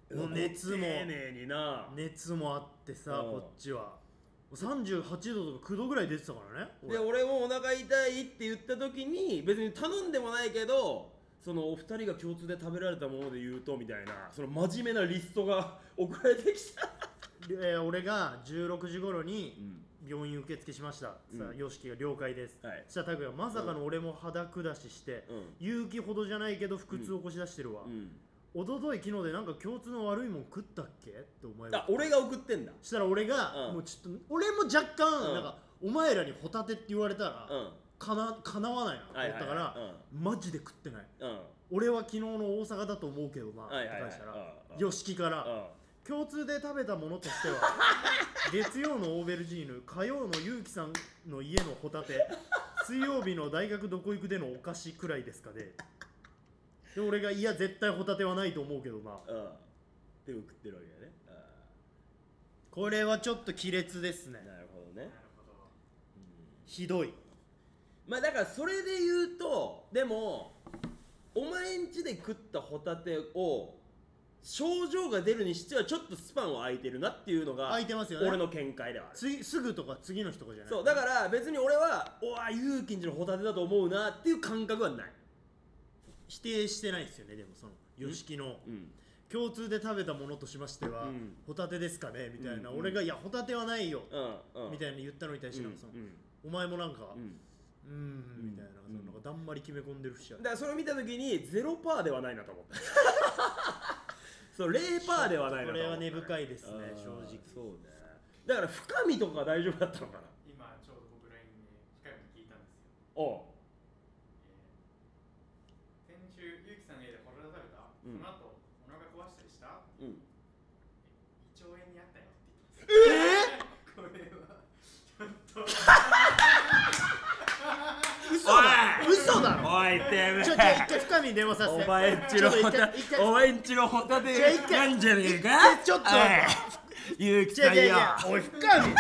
Speaker 1: 木
Speaker 3: もう熱も
Speaker 1: 丁寧にな
Speaker 3: 熱もあってさ
Speaker 1: うん
Speaker 3: こっちは38度とか9度ぐらい出てたからね
Speaker 1: で俺もお腹痛いって言った時に別に頼んでもないけどそのお二人が共通で食べられたもので言うとみたいなその真面目なリストが [LAUGHS] 送られてきた、
Speaker 3: で俺が16時頃に病院受付しました、
Speaker 1: うん
Speaker 3: さあ YOSHIKI が了解です、
Speaker 1: はい
Speaker 3: そしたら拓哉がまさかの俺も肌下しして、
Speaker 1: うん
Speaker 3: 勇気ほどじゃないけど腹痛を起こし出してるわ、
Speaker 1: うん、
Speaker 3: 一昨日昨日でなんか共通の悪いもん食ったっけってお前
Speaker 1: あ
Speaker 3: が
Speaker 1: 俺が送ってんだ
Speaker 3: したら俺が、
Speaker 1: うん
Speaker 3: もうちょっと俺も若干、
Speaker 1: うん
Speaker 3: なんかお前らにホタテって言われたら、
Speaker 1: うん
Speaker 3: かなかなわないなと思
Speaker 1: はい
Speaker 3: っ
Speaker 1: はい
Speaker 3: たから、
Speaker 1: はい
Speaker 3: マジで食ってない
Speaker 1: うんうん
Speaker 3: 俺は昨日の大阪だと思うけどな、
Speaker 1: はいはいはい
Speaker 3: って返した
Speaker 1: うん
Speaker 3: ら
Speaker 1: うん
Speaker 3: よしきから、共通で食べたものと
Speaker 1: [LAUGHS]
Speaker 3: しては月曜のオーベルジーヌ火曜のゆうきさんの家のホタテ水曜日の大学どこ行くでのお菓子くらいですかねで俺がいや絶対ホタテはないと思うけどな
Speaker 1: うんうんでも食ってるわけだね
Speaker 3: これはちょっと亀裂ですね
Speaker 1: うんなるほどね
Speaker 5: なるほど
Speaker 3: ひどい
Speaker 1: まあだからそれで言うとでもお前ん家で食ったホタテを症状が出るにしてはちょっとスパンは空いてるなっていうのが
Speaker 3: 空いてますよね
Speaker 1: 俺の見解ではある
Speaker 3: 次すぐとか次の日とかじゃない
Speaker 1: そうだから別に俺はおわ勇気んちのホタテだと思うなっていう感覚はない
Speaker 3: 否定してないですよねでもその吉木の
Speaker 1: うん
Speaker 3: 共通で食べたものとしましては、
Speaker 1: うん
Speaker 3: ホタテですかねみたいな、
Speaker 1: うんうん
Speaker 3: 俺がいやホタテはないよ、
Speaker 1: うんうん
Speaker 3: みたいな言ったのに対してなんかその、
Speaker 1: うん
Speaker 3: お前もなんか、
Speaker 1: うんうん
Speaker 3: うーんみたいな、
Speaker 1: うん
Speaker 3: そのなんかだんまり決め込んでる節
Speaker 1: だ
Speaker 3: ある
Speaker 1: からそれを見た時に0%ではないなと思った
Speaker 3: [LAUGHS]
Speaker 1: そう0%ではないなと思った
Speaker 3: これは根深いですね
Speaker 1: うん
Speaker 3: 正直
Speaker 1: そうねだから深みとかは大丈夫だったのかな
Speaker 5: 今ちょうど僕 LINE で機械に聞いたんですよ、
Speaker 1: おう
Speaker 5: えー、先週ゆうきさんの家でホラー食べた、
Speaker 1: うん
Speaker 5: その後お腹壊したりした
Speaker 1: うん
Speaker 5: 胃腸炎にあったよって言って
Speaker 3: え
Speaker 5: ます [LAUGHS] これは
Speaker 3: ー、嘘だ
Speaker 1: おい
Speaker 3: 嘘だろ
Speaker 1: おいてめ
Speaker 3: ちょちょ一回深見に電話させて
Speaker 1: お前んちの
Speaker 3: ちょ
Speaker 1: ホタ
Speaker 3: っと一回一回
Speaker 1: お前んちのホタテ
Speaker 3: ちょ一回
Speaker 1: なんじゃねえか
Speaker 3: 一回ちょっと
Speaker 1: おいゆうき
Speaker 3: 違う
Speaker 1: さん
Speaker 3: 違う違
Speaker 1: よ
Speaker 3: うおい深見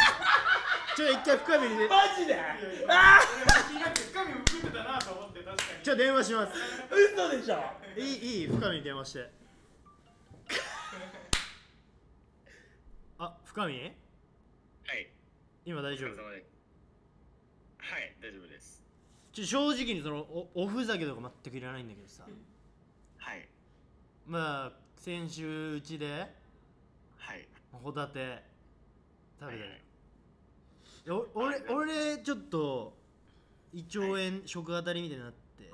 Speaker 3: ちょ一回深見にで
Speaker 1: マジで
Speaker 5: いやいやあ気になって深みも食ってたなと思って確かに
Speaker 3: ちょ電話します
Speaker 1: 嘘でしょ
Speaker 3: いいいい深見に電話してあ深見
Speaker 6: はい。
Speaker 3: 今大
Speaker 6: お疲
Speaker 3: 丈
Speaker 6: れ
Speaker 3: 夫
Speaker 6: 様ですはい大丈夫です
Speaker 3: ちょ正直にそのおおふざけとか全くいらないんだけどさ
Speaker 6: はい
Speaker 3: まあ先週うちで
Speaker 6: はい
Speaker 3: ホタテ食べたよ
Speaker 6: はい
Speaker 3: お俺俺ちょっと胃腸炎、食あたりみたいになって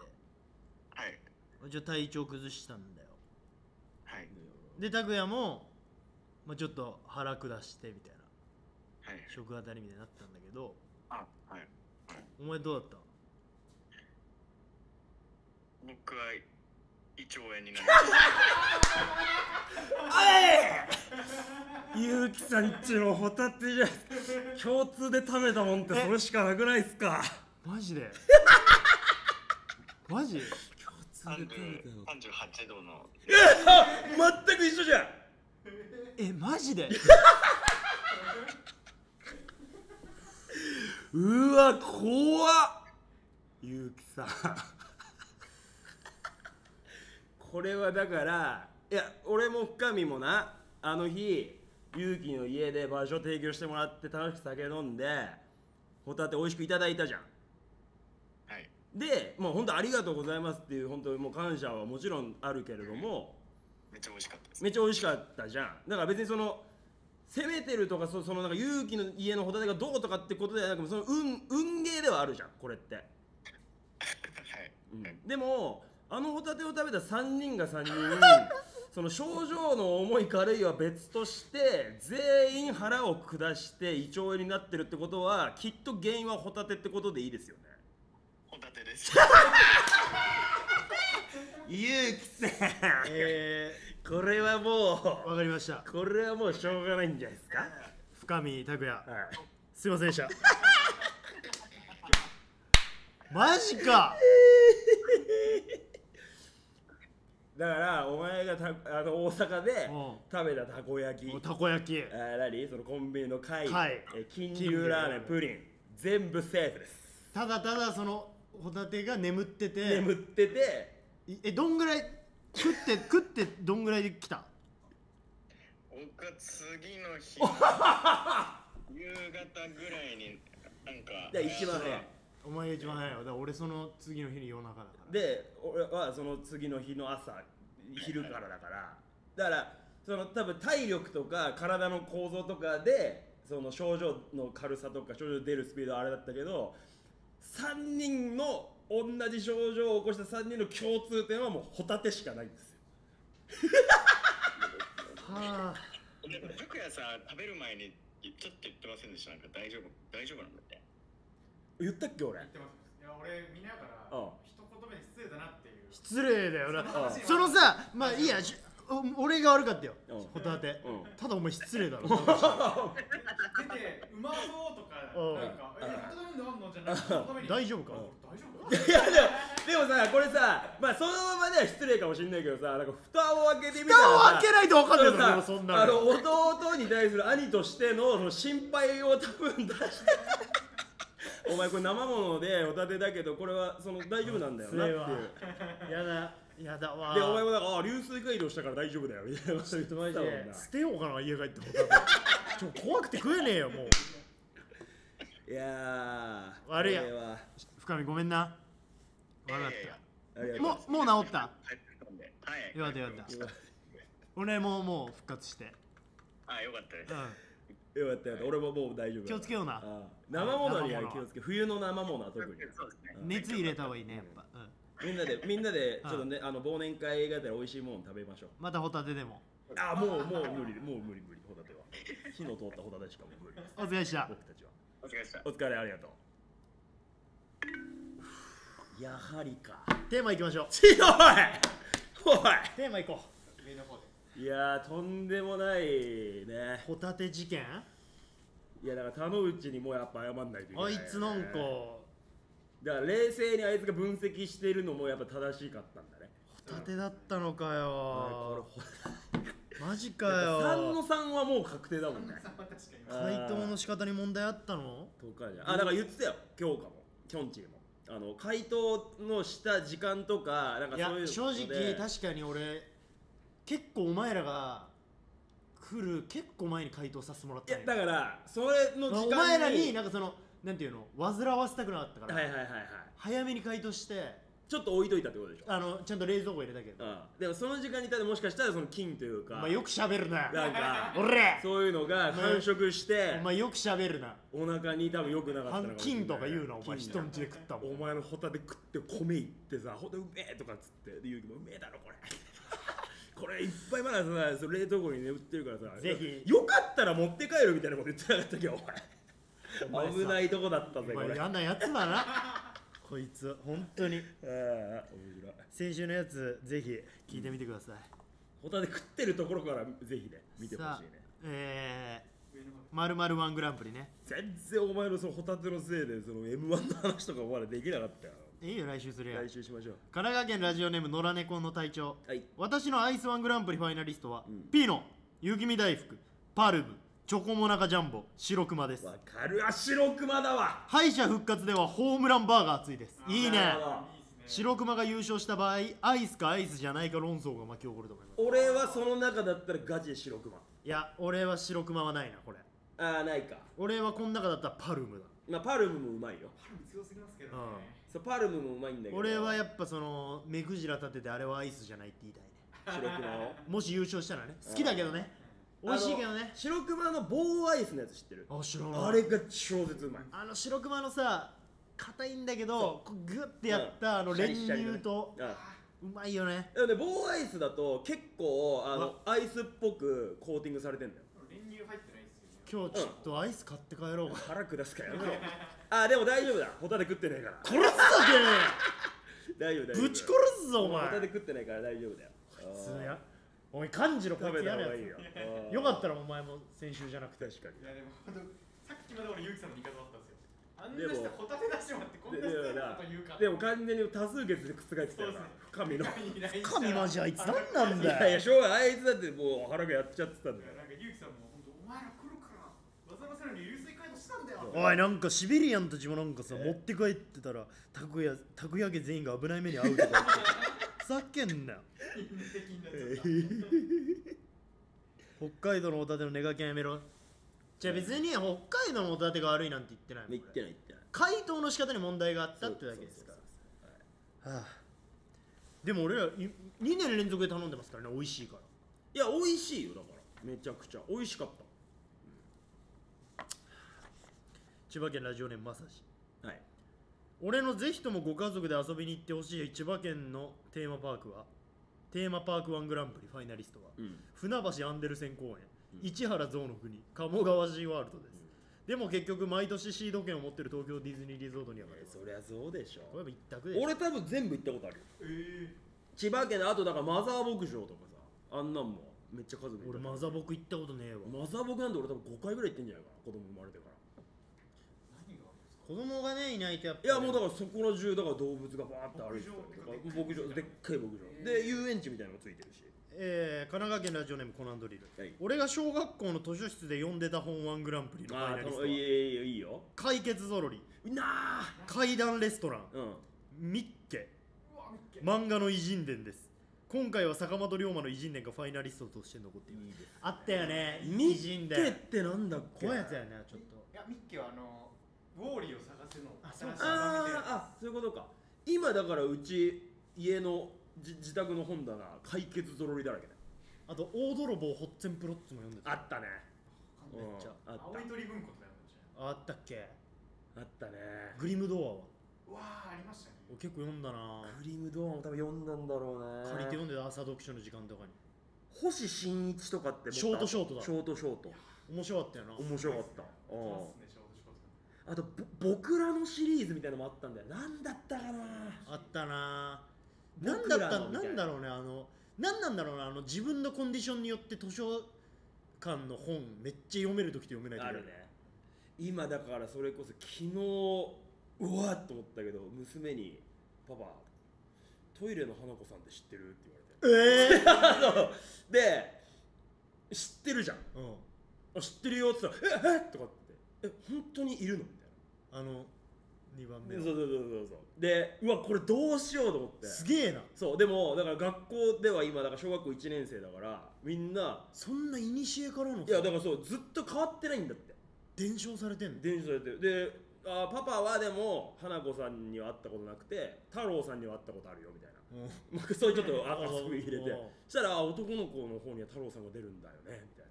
Speaker 6: はい
Speaker 3: ちょっと体調崩したんだよ
Speaker 6: はい
Speaker 3: で拓哉も、まあ、ちょっと腹下してみたいな
Speaker 6: はい
Speaker 3: 食あたりみたいになったんだけど
Speaker 6: あはい
Speaker 3: お前どうだった
Speaker 6: 僕は胃腸炎になりました
Speaker 1: ゆうきさんちのホタテじゃ共通で食べたもんって
Speaker 3: え
Speaker 1: それしかなくないっすか
Speaker 3: マジ [LAUGHS] でマジ
Speaker 1: 共通で食べたの
Speaker 6: 38度の
Speaker 1: 全く一緒じゃん
Speaker 3: えマジで
Speaker 1: うわ怖っゆうきさんこれはだからいや俺も深見もなあの日ゆうきの家で場所提供してもらって楽しく酒飲んでホタテ美味しくいただいたじゃん
Speaker 6: はい
Speaker 1: でもう本当ありがとうございますっていう本当にもう感謝はもちろんあるけれども
Speaker 6: めっちゃ美味しかったです
Speaker 1: めっちゃ美味しかったじゃんだから別にその攻めてるとかそそのなんか勇気の家のホタテがどうとかってことではなくその運運ゲーではあるじゃんこれって、
Speaker 6: はい
Speaker 1: うんでもあのホタテを食べた3人が3人 [LAUGHS] その症状の重い軽いは別として全員腹を下して胃腸炎になってるってことはきっと原因はホタテってことでいいですよね
Speaker 6: ホタテです
Speaker 1: ゆうきさん
Speaker 3: え
Speaker 1: [LAUGHS] これは
Speaker 3: ー、
Speaker 1: も
Speaker 3: わかりました
Speaker 1: うこれはもうしょうがないんじゃないですか、
Speaker 3: 深見拓也
Speaker 1: はい
Speaker 3: すいませんでしたマジか
Speaker 1: だからお前がたあの大阪で
Speaker 3: うん
Speaker 1: 食べたたこ焼き
Speaker 3: おたこ焼き
Speaker 1: あー何そのコンビニの貝、
Speaker 3: 貝
Speaker 1: えー金龍ラーメンプリン全部セーフです
Speaker 3: ただただそのホタテが眠ってて
Speaker 1: 眠ってて
Speaker 3: いえどんぐらい食って食ってどんぐらいで来た
Speaker 6: 僕は次の
Speaker 1: [LAUGHS]
Speaker 6: 日夕方ぐらいになんか
Speaker 1: で一番早い
Speaker 3: お前が一番早いわだから俺その次の日に夜中だから
Speaker 1: で俺はその次の日の朝昼からだからだからその多分体力とか体の構造とかでその症状の軽さとか症状出るスピードはあれだったけど3人の同じ症状を起こした3人の共通点はもうホタテしかないんですよ
Speaker 3: はあ
Speaker 6: でも拓也さん食べる前にちょっと言ってませんでしたなんか大丈夫大丈夫なんだって
Speaker 1: 言ったっけ俺
Speaker 5: 言ってますいや俺見ながら
Speaker 1: うん
Speaker 5: 一言目で失礼だなっていう
Speaker 3: 失礼だよな
Speaker 1: あ
Speaker 3: そのさまあいいやしお俺が悪かったよ
Speaker 1: うん
Speaker 3: ホタテ
Speaker 1: うん
Speaker 3: ただお前失礼だろ [LAUGHS] だ
Speaker 5: 出てうまそうとか
Speaker 3: うん
Speaker 5: なんかえホタテなんのじゃなくてそのために
Speaker 3: 大丈夫か
Speaker 5: うん大丈夫か
Speaker 1: いやでもでもさこれさまあそのままでは失礼かもしれないけどさなんか蓋を開けてみたらさ
Speaker 3: を開けないと分かんないだろでも
Speaker 1: そ
Speaker 3: そ
Speaker 1: ん
Speaker 3: ん
Speaker 1: なあ
Speaker 3: な
Speaker 1: の
Speaker 3: の
Speaker 1: 弟に対する兄としてのその心配を多分出して [LAUGHS] お前これ生物でホタテだけどこれはその大丈夫なんだよなっていう
Speaker 3: やだやだわ
Speaker 1: でお前もなんかあ流水回路したから大丈夫だよみたいなこと言ってましたもんな
Speaker 3: 捨てようかな家帰ってホタテちょ怖くて食えねえよもう
Speaker 1: いやー
Speaker 3: 悪いや
Speaker 1: これは
Speaker 3: 深見ごめんな悪かっ
Speaker 6: いやいやいや
Speaker 1: ありが
Speaker 3: た
Speaker 1: とうござい
Speaker 3: も
Speaker 1: ます
Speaker 3: うもう治った
Speaker 6: 帰ってきたんではい
Speaker 3: よかったよかった俺ももう復活して、
Speaker 6: あよかったです
Speaker 3: う
Speaker 1: よかったよかった俺ももう大丈夫
Speaker 3: ん、気をつけ
Speaker 1: よ
Speaker 3: ような
Speaker 1: 生物には
Speaker 3: 生物
Speaker 1: 気をつけ冬の生物は特に
Speaker 6: そうですね
Speaker 3: 熱入れた方がいいねやっぱ、うん、
Speaker 1: みんなでみんなでちょっとねあの忘年会がてら美味しいもの食べましょう
Speaker 3: またホタテでも
Speaker 1: あもうもう無理もう無理無理ホタテは火の通ったホタテしかもう無理です
Speaker 3: お疲れっした
Speaker 1: 僕たちは
Speaker 6: お疲れ様でした
Speaker 1: お疲れありがとうやはりか
Speaker 3: テーマいきましょう
Speaker 1: ちどいお
Speaker 3: テーマいこ
Speaker 5: [LAUGHS] 上の方で
Speaker 1: いいやーとんでもないね
Speaker 3: うホタテ事件
Speaker 1: いやだから田之内にもうやっぱ謝んないといけな
Speaker 3: あ
Speaker 1: い
Speaker 3: い
Speaker 1: ね、
Speaker 3: つなんか
Speaker 1: だ
Speaker 3: ホ
Speaker 1: から冷静にあいつが分析してるのもやっぱ正しかったんだね
Speaker 3: タテだったのか
Speaker 1: これ
Speaker 3: よ
Speaker 1: ほ
Speaker 3: マジか
Speaker 1: 3の
Speaker 3: よ
Speaker 1: 3はもう確定だもんね
Speaker 5: さん
Speaker 3: [LAUGHS]
Speaker 5: は確かに
Speaker 3: 回答の仕方に問題あったの
Speaker 1: とかじゃんあだから言ってたよ今日かもきょんちぃもあの回答のした時間とかなんか
Speaker 3: いや
Speaker 1: そういうので
Speaker 3: 正直確かに俺結構お前らが来る結構前に回答させてもらっ
Speaker 1: い
Speaker 3: た
Speaker 1: や
Speaker 3: んよ
Speaker 1: だからそれの時間
Speaker 3: お前らに
Speaker 1: は
Speaker 3: なんかそのなんていうの煩わせたくなかったから、
Speaker 1: いはいはいはい
Speaker 3: 早めに回答して
Speaker 1: ちょっと置いといたってことでしょ
Speaker 3: あのちゃんと冷蔵庫入れたけど、
Speaker 1: うんでもその時間にいたらもしかしたらその金というか
Speaker 3: お前よく喋るな
Speaker 1: なんか
Speaker 3: おれ
Speaker 1: そういうのが繁殖して
Speaker 3: お前よく喋るな
Speaker 1: お腹に多分良くなかったのかもしれ
Speaker 3: 金
Speaker 1: ない
Speaker 3: とか言うなお前
Speaker 1: 金
Speaker 3: 人んちで食ったもん
Speaker 1: お前のホタテ食って米いってさホタテうめえとかっつってでゆうきもうめえだろこれ [LAUGHS] これいっぱいまださそれ冷凍庫に眠ってるからさ
Speaker 3: ぜひ
Speaker 1: よかったら持って帰るみたいなこと言ってなかったっけお
Speaker 3: お前
Speaker 1: 前
Speaker 3: さ
Speaker 1: 危ないとこだったぜこ
Speaker 3: お
Speaker 1: れ
Speaker 3: 前嫌なやつだな [LAUGHS] こいつ本当に
Speaker 1: ああ面白い
Speaker 3: 先週のやつぜひ聞いてみてください、
Speaker 1: ホタテ食ってるところからぜひね見てほしい
Speaker 3: さ
Speaker 1: ね
Speaker 3: あえー、まるまるワングランプリね
Speaker 1: 全然お前のそのホタテのせいでその M1 の話とかまだできなかったよ
Speaker 3: いいよ来週するや
Speaker 1: 来
Speaker 3: 神
Speaker 1: 週しましょう
Speaker 3: 奈川県ラジオネーム野良猫の隊長
Speaker 1: はい
Speaker 3: 私のアイスワングランプリファイナリストは、
Speaker 1: うん
Speaker 3: ピーノ雪見大福パルブチョコモナカジャンボ白熊です
Speaker 1: わかるあ白熊だわ
Speaker 3: 敗者復活ではホームランバーガーついですいいね
Speaker 1: なるほど
Speaker 3: 白熊が優勝した場合アイスかアイスじゃないか論争が巻き起こると思います
Speaker 1: 俺はその中だったらガチで白熊
Speaker 3: いや俺は白熊はないなこれ
Speaker 1: ああないか
Speaker 3: 俺はこの中だったらパルムだ
Speaker 1: まあパルムもうまいよ
Speaker 5: 強すぎますけどね
Speaker 1: そうパルムもうまいんだけど
Speaker 3: 俺はや
Speaker 1: っ
Speaker 3: っぱその目くじら立ててあれはアイスじゃないって言いたいね
Speaker 1: ぱ白熊を
Speaker 3: もし優勝したらね好きだけどね美味しいけど
Speaker 1: あの
Speaker 3: ね
Speaker 1: 白熊の棒アイスのやつ知ってる
Speaker 3: あ知らない
Speaker 1: あれが超絶うまい
Speaker 3: あの白熊のさ硬いんだけどこうグッてやったあの
Speaker 1: シャ
Speaker 3: 練
Speaker 1: リシャリのね
Speaker 3: 乳と
Speaker 1: あ
Speaker 3: うまいよね
Speaker 1: でもね棒アイスだと結構あのアイスっぽくコーティングされてんだよ
Speaker 5: 練乳入ってないですよね
Speaker 3: 今日ちょっとアイス買って帰ろ
Speaker 1: [LAUGHS]
Speaker 3: うか
Speaker 1: 腹下すかやめろあでも大丈夫だホタテ食ってないから
Speaker 3: 殺すぞ
Speaker 1: 大丈夫大丈夫
Speaker 3: てめえぶち殺すぞお
Speaker 1: ホタテ
Speaker 3: 前
Speaker 1: 食ってないから大丈夫だよ
Speaker 3: 普通やお前漢字のこ
Speaker 1: 食
Speaker 3: いつ
Speaker 1: べた
Speaker 3: や
Speaker 1: 方
Speaker 3: る
Speaker 1: が
Speaker 3: や
Speaker 1: いいよ
Speaker 3: つよかったらお前も先週じゃなくて
Speaker 1: 確かに
Speaker 5: いやでも本当さっきまで俺ゆうきさんの味方だったんですよあん
Speaker 1: で
Speaker 5: な
Speaker 1: も
Speaker 5: 人ホタテ出してもらってこん
Speaker 1: で
Speaker 5: な
Speaker 1: で
Speaker 5: 人
Speaker 1: も
Speaker 5: の
Speaker 1: な
Speaker 5: こと言うか
Speaker 1: でも完全に多数決で覆ってたよな
Speaker 5: そう
Speaker 1: 神のい
Speaker 3: 神
Speaker 5: [LAUGHS]
Speaker 3: マジあいつ何なん
Speaker 1: やい
Speaker 3: だ
Speaker 1: や
Speaker 3: よ
Speaker 1: しょうがないあいつだってもう腹がやっちゃってたんだよ
Speaker 5: なんかゆうきさんも本当お前ら来るからわざわざのに流水解凍したんだよ
Speaker 3: おいなんかシベリアンたちもなんかさ
Speaker 1: え
Speaker 3: 持って帰ってたらたこやたこ焼き全員が危ない目に遭うとか [LAUGHS] 言ってふざけんなよ
Speaker 5: みんな敵になっちゃった
Speaker 3: 北海道のホタテの寝かけやめろじゃあ別に北海道のホタテが悪いなんて言ってないもん
Speaker 1: 言って
Speaker 3: 俺
Speaker 1: ない言ってない
Speaker 3: 回答の仕方に問題があったってだけですからはあでも俺ら2年連続で頼んでますからね美味しいから
Speaker 1: いや美味しいよだからめちゃくちゃ美味しかっ
Speaker 3: 千葉県ラジオネームまさした
Speaker 1: はい
Speaker 3: 俺のぜひともご家族で遊びに行ってほしい千葉県のテーマパークはテーマパークワングランプリファイナリストは
Speaker 1: うん
Speaker 3: 船橋アンデルセン公園、
Speaker 1: うん
Speaker 3: 市原象の国鴨川シーワールドです、でも結局毎年シード権を持ってる東京ディズニーリゾートには勝て
Speaker 1: え
Speaker 3: ます
Speaker 1: そりゃそうでし
Speaker 3: これ
Speaker 1: ょ
Speaker 3: は一択で
Speaker 1: 俺多分全部行ったことあるよ
Speaker 5: ええ
Speaker 1: 千葉県のあとだからマザー牧場とかさあんなんもめっちゃ家族で行
Speaker 3: 俺
Speaker 1: った
Speaker 3: マザボク行ったことねえわ
Speaker 1: マザー牧なんて俺多分5回ぐらい行ってんじゃないかな子供生まれてから
Speaker 5: 何が
Speaker 3: 子供がねいないとやっぱ
Speaker 1: いやもうだからそこら中だから動物がバーッと歩いてたりとか牧
Speaker 5: 牧
Speaker 1: 場
Speaker 5: 場
Speaker 1: でっかい牧場で遊園地みたいなのもついてるし
Speaker 3: えー、神奈川県ラジオネームコナンドリル
Speaker 1: はい
Speaker 3: 俺が小学校の図書室で読んでた本ワングランプリのファイ
Speaker 1: あ
Speaker 3: ナリスト
Speaker 1: あ
Speaker 3: はい
Speaker 1: いよいいよ
Speaker 3: 解決ぞろり
Speaker 1: うなあ
Speaker 3: 怪談レストラン
Speaker 1: うん
Speaker 3: ミッケ
Speaker 5: うわ見っけ
Speaker 3: 漫画の偉人伝です今回は坂本龍馬の偉人伝がファイナリストとして残っていますあったよね偉人
Speaker 1: 手っ
Speaker 3: 伝
Speaker 1: てなんだっけ
Speaker 3: 怖いやつやねちょっと
Speaker 5: いやミッケはあのウォーリーを探せの
Speaker 3: あそう
Speaker 5: 新しい漫画みたいな
Speaker 1: あーあそういうことか今だからうち家のじ自宅の本棚解決ぞろりだらけだよ
Speaker 3: あと大泥棒ホッツェンプロッツも読んでた
Speaker 1: あったね
Speaker 5: めっちゃ
Speaker 1: うんあった
Speaker 5: 青い鳥文庫とかやるんじゃな
Speaker 3: あ
Speaker 5: い
Speaker 3: ったっけ
Speaker 1: あったね
Speaker 3: グリムドアは
Speaker 5: うわーありましたね
Speaker 3: 俺結構読んだな
Speaker 1: クリームドアも多分読んだんだろうね
Speaker 3: 借りて読んでた朝読書の時間とかに
Speaker 1: 星新一とかってもっと
Speaker 3: ショートショートだ
Speaker 1: ショートショート
Speaker 3: 面白かったよな
Speaker 1: 面白かったうん
Speaker 5: そうっすねショー
Speaker 1: あと
Speaker 5: トショート
Speaker 1: ぼ僕らのシリーズみたいなのもあったんだよなんだったかな
Speaker 3: あったななん
Speaker 1: 僕
Speaker 3: だ
Speaker 1: らのみ
Speaker 3: ったな
Speaker 1: たい
Speaker 3: んだろうねあのなんなんだろうなあの自分のコンディションによって図書館の本めっちゃ読める時と読めない時
Speaker 1: あるね今だからそれこそ昨日うわっと思ったけど娘に「パパトイレの花子さんって知ってる?」って
Speaker 3: え
Speaker 1: [LAUGHS] 言わ
Speaker 3: え
Speaker 1: れてあそうで知ってるじゃん
Speaker 3: うん
Speaker 1: あ知ってるよって言ったら「ええっ?」とかって「え本当にいるの?」みたいな
Speaker 3: あの2番目
Speaker 1: そう
Speaker 3: は
Speaker 1: そうそうそうそうでうわこれどうしようと思って
Speaker 3: すげえな
Speaker 1: そうでもだから学校では今だから小学校1年生だからみんな
Speaker 3: そんな古からの
Speaker 1: いやだからそうずっと変わってないんだって
Speaker 3: 伝承されてんの
Speaker 1: 伝授されてるであーパパはでも花子さんには会ったことなくて太郎さんには会ったことあるよみたいな [LAUGHS]
Speaker 3: うん
Speaker 1: まあそういうちょっ
Speaker 3: [LAUGHS]
Speaker 1: とあ
Speaker 3: あ
Speaker 1: 遊び入れて
Speaker 3: あ
Speaker 1: そしたらあ男の子の方には太郎さんが出るんだよねみたいな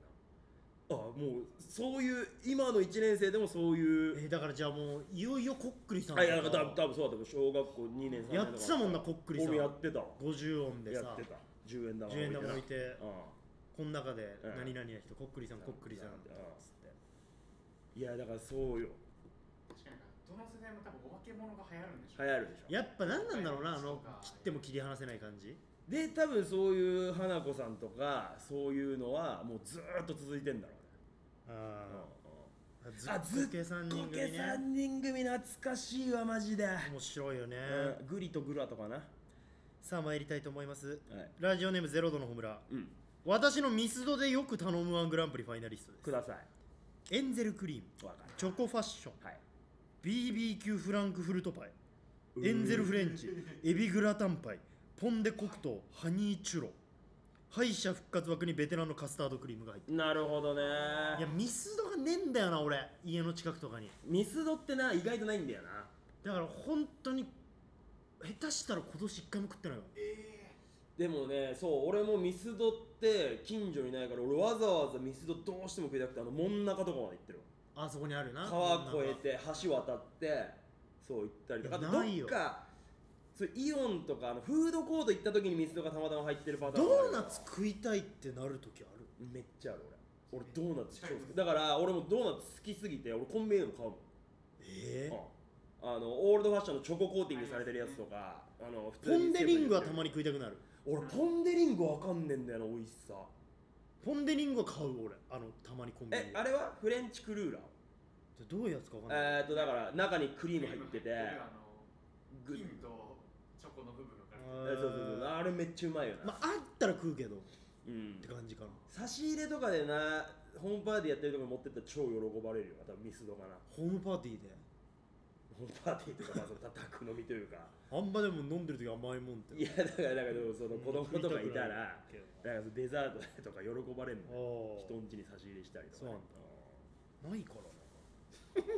Speaker 1: あもうそういう今の1年生でもそういう
Speaker 3: えだからじゃあもういよいよこっくりさん
Speaker 1: あいやだから多分そうだった小学校2年3年
Speaker 3: やってたもんなこっくりさん
Speaker 1: 俺やってたわ
Speaker 3: 50音で
Speaker 1: や
Speaker 3: さ
Speaker 1: ってた10円玉
Speaker 3: 10円玉置いて
Speaker 1: うん
Speaker 3: この中で
Speaker 1: うん
Speaker 3: 何々な人こっくりさんこっくりさん
Speaker 1: うん
Speaker 3: つって
Speaker 1: いやだからそうよ
Speaker 5: 確かにどの世代も多分お化け物が流行るんでしょ
Speaker 1: 流行るでしょ
Speaker 3: やっぱ何なんだろうなあ
Speaker 5: そう
Speaker 3: の
Speaker 5: か
Speaker 3: 切っても切り離せない感じ
Speaker 1: で多分そういう花子さんとかそういうのはもうずーっと続いてんだろうね
Speaker 3: ああず
Speaker 1: あ
Speaker 3: っこけ3
Speaker 1: うんうん
Speaker 3: 人
Speaker 1: こけ
Speaker 3: 組ね
Speaker 1: 3人組懐かしいわマジで
Speaker 3: 面白いよね
Speaker 1: うんグリとグラとかなは
Speaker 3: さあ参りたいと思います
Speaker 1: い
Speaker 3: ラジオネームゼロ度のホムラ
Speaker 1: うん
Speaker 3: 私のミスドでよく頼むワングランプリファイナリストです
Speaker 1: くださ
Speaker 3: エンゼルクリーム
Speaker 1: いわかる
Speaker 3: チョコファッション
Speaker 1: はい
Speaker 3: BBQ フランクフルトパイエンゼルフレンチエビグラタンパイポンデ黒糖ハニーチュロ敗者復活枠にベテランのカスタードクリームが入って
Speaker 1: なるほどね
Speaker 3: るいやミスドがねえんだよな俺家の近くとかに
Speaker 1: ミスドってな意外とないんだよな
Speaker 3: だから本当に下手したら今年一回も食ってないわ
Speaker 1: でもねそう俺もミスドって近所にないから俺わざわざミスドどうしても食いたくてあの門中とかまで行ってるわ
Speaker 3: あそこにあるな
Speaker 1: 川
Speaker 3: こんな
Speaker 1: 越
Speaker 3: の
Speaker 1: えて橋渡ってそう行ったりとかあ
Speaker 3: いや
Speaker 1: とど
Speaker 3: ない
Speaker 1: っ
Speaker 3: よ
Speaker 1: かそうイオンとかあのフードコート行った時にミスドがたまたま入ってるパターンもあ
Speaker 3: ド
Speaker 1: る
Speaker 3: ー
Speaker 1: から
Speaker 3: ナツ食いたいってなるときある
Speaker 1: めっちゃある俺俺ドーナツ超好きだから俺もドーナツ好きすぎて俺コンビニでも買うもん
Speaker 3: ええ
Speaker 1: うんあのオールドファッションのチョココーティングされてるやつとかあの普
Speaker 3: ポンデリングはた
Speaker 1: に
Speaker 3: まに食いたくなる
Speaker 1: 俺ポンデリングわかんねえんだよな美味しさ
Speaker 3: ポンデリングは買う俺あのたまにコンビニ
Speaker 1: え
Speaker 3: で
Speaker 1: あれはフレンチクルーラー
Speaker 3: どういうやつかわかんない
Speaker 1: えーっとだから中にクリーム入ってて
Speaker 5: あの
Speaker 1: グ
Speaker 5: 金とチョコの部分が
Speaker 1: えそうそうそうあれめっちゃうまいよな、
Speaker 3: まああったら食うけどっ
Speaker 1: うん
Speaker 3: て感じかな
Speaker 1: 差し入れとかでなホームパーティーやってるとこに持ってったら超喜ばれるよな多分ミスドかな
Speaker 3: ホームパーティーで
Speaker 1: ホームパーティー [LAUGHS] とかまあその叩く飲みというか
Speaker 3: あんまでも飲んでる時甘いもんって
Speaker 1: いやだからだけどその子供とかいたらだ
Speaker 3: 食い
Speaker 1: から
Speaker 3: たく
Speaker 1: そのデザートとか喜ばれる
Speaker 3: な
Speaker 1: のよ
Speaker 3: いけ
Speaker 1: 人
Speaker 3: ど
Speaker 1: んちに差し入れしたりとか
Speaker 3: そう
Speaker 1: ね、
Speaker 3: なんだあーないからな [LAUGHS]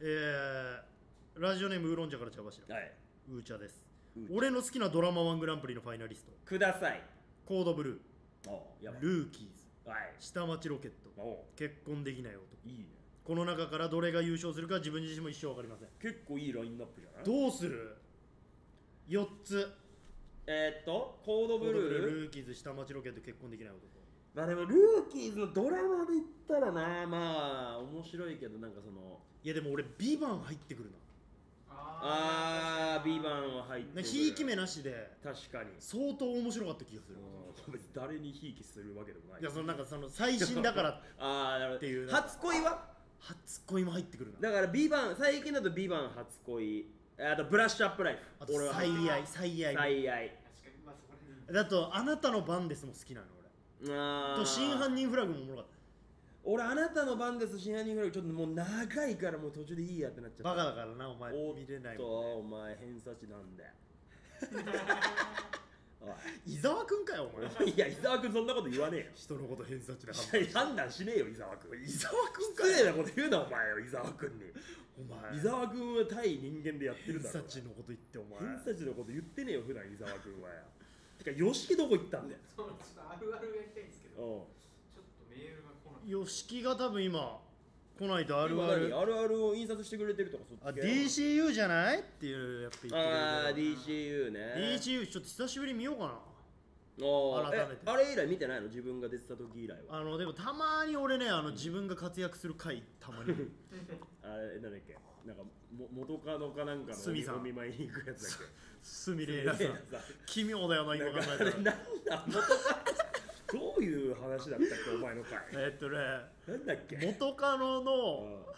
Speaker 3: えー、ラジオネームウーロン茶から茶柱
Speaker 1: うんはい
Speaker 3: ウーチャです
Speaker 1: うー
Speaker 3: 俺の好きなドラマワングランプリのファイナリスト
Speaker 1: ください
Speaker 3: コードブル
Speaker 1: おうやば
Speaker 3: ー
Speaker 1: い
Speaker 3: ルーキーズ
Speaker 1: はい
Speaker 3: 下町ロケット
Speaker 1: お
Speaker 3: 結婚できない男
Speaker 1: ういいね
Speaker 3: この中からどれが優勝するか自分自身も一生わかりません
Speaker 1: 結構いいラインナップじゃない
Speaker 3: どうする4つ
Speaker 1: えー、っとコード
Speaker 3: コ
Speaker 1: ブ
Speaker 3: ード
Speaker 1: ル
Speaker 3: ブ
Speaker 1: ー
Speaker 3: ルー
Speaker 1: ル
Speaker 3: ルーキーズ下町ロケット結婚できない男
Speaker 1: まあでもルーキーズのドラマで言ったらなまあ面白いけどなんかその
Speaker 3: いやでも俺「ビバン入ってくるな
Speaker 1: あー、ビバ
Speaker 5: ン
Speaker 1: ンは入って
Speaker 3: なん
Speaker 1: る
Speaker 3: かひいき目なしで
Speaker 1: 確かに。
Speaker 3: 相当面白かった気がする
Speaker 1: うん別に誰にひいきするわけでもない。
Speaker 3: いやそのなんかその最新だ
Speaker 1: [LAUGHS]
Speaker 3: から
Speaker 1: ああ、なるほど。
Speaker 3: っていう
Speaker 1: 初恋は
Speaker 3: 初恋も入ってくるな
Speaker 1: だから、ビバン、最近だとビバン初恋。あと、ブラッシュアップライ
Speaker 3: あ
Speaker 1: フ。
Speaker 3: と
Speaker 1: 俺は。
Speaker 3: 最愛最愛
Speaker 1: 最愛。
Speaker 5: 確かにまあそこら辺
Speaker 3: だと「あなたの番です」も好きなの俺
Speaker 1: あ
Speaker 3: と「真犯
Speaker 1: 人。
Speaker 3: 人フラグ」もおもろかっ
Speaker 1: 俺、あなたの番です、真犯人ぐらい。ちょっともう長いから、もう途中でいいやってなっちゃったた。
Speaker 3: バカだからなお前
Speaker 1: おっと
Speaker 3: 見れないもん
Speaker 1: お前、偏差値なんだよ。お
Speaker 3: 伊沢くんかよお前
Speaker 1: いいや、伊沢君そんなこと言わねえよ。
Speaker 3: 人のこと偏差値で判断
Speaker 1: いや判断しねえよ、伊沢君。伊沢君
Speaker 3: かよ
Speaker 1: 失礼なこと言うな、お前よ、伊沢君に。
Speaker 3: お前
Speaker 1: 伊沢君は対人間でやってる
Speaker 3: 偏
Speaker 1: だろ
Speaker 3: 差値のこと言ってお前
Speaker 1: 偏差値のこと言ってねえよ普段伊沢君はやてか吉木どこ行ったんだよ
Speaker 5: そうちょっとあるあるやりたいんですけどちょっ
Speaker 1: お
Speaker 5: とメールが来ない
Speaker 3: 吉木が多分今来ないと
Speaker 1: あ
Speaker 3: あるある
Speaker 1: あるあるを印刷してくれてるとかそっち
Speaker 3: あ
Speaker 1: 系
Speaker 3: DCU じゃないっていうやっぱ言ってくれ
Speaker 1: あー
Speaker 3: る
Speaker 1: DCU ね
Speaker 3: けど DCU ちょっと久しぶりに見ようかな
Speaker 1: おー
Speaker 3: 改めて
Speaker 1: えあれ以来見てないの自分が出てた時以来は
Speaker 3: あのでもたまに俺ねあの自分が活躍する回た
Speaker 1: [LAUGHS]
Speaker 3: まに
Speaker 1: あれなんだっけなんかも元カノかなんかの
Speaker 3: 鷲見さん
Speaker 1: お見舞いに行くやつだっ
Speaker 3: す [LAUGHS] み
Speaker 1: け
Speaker 3: れいなさん
Speaker 1: 鷲見玲奈
Speaker 3: 奇妙だよな今考
Speaker 1: さん
Speaker 3: えた
Speaker 1: な
Speaker 3: ら
Speaker 1: [LAUGHS] んかあれなんだ元カノどういう話だったっけお前の回
Speaker 3: えっ
Speaker 1: [LAUGHS]
Speaker 3: とね
Speaker 1: なんだっけ
Speaker 3: 元カノの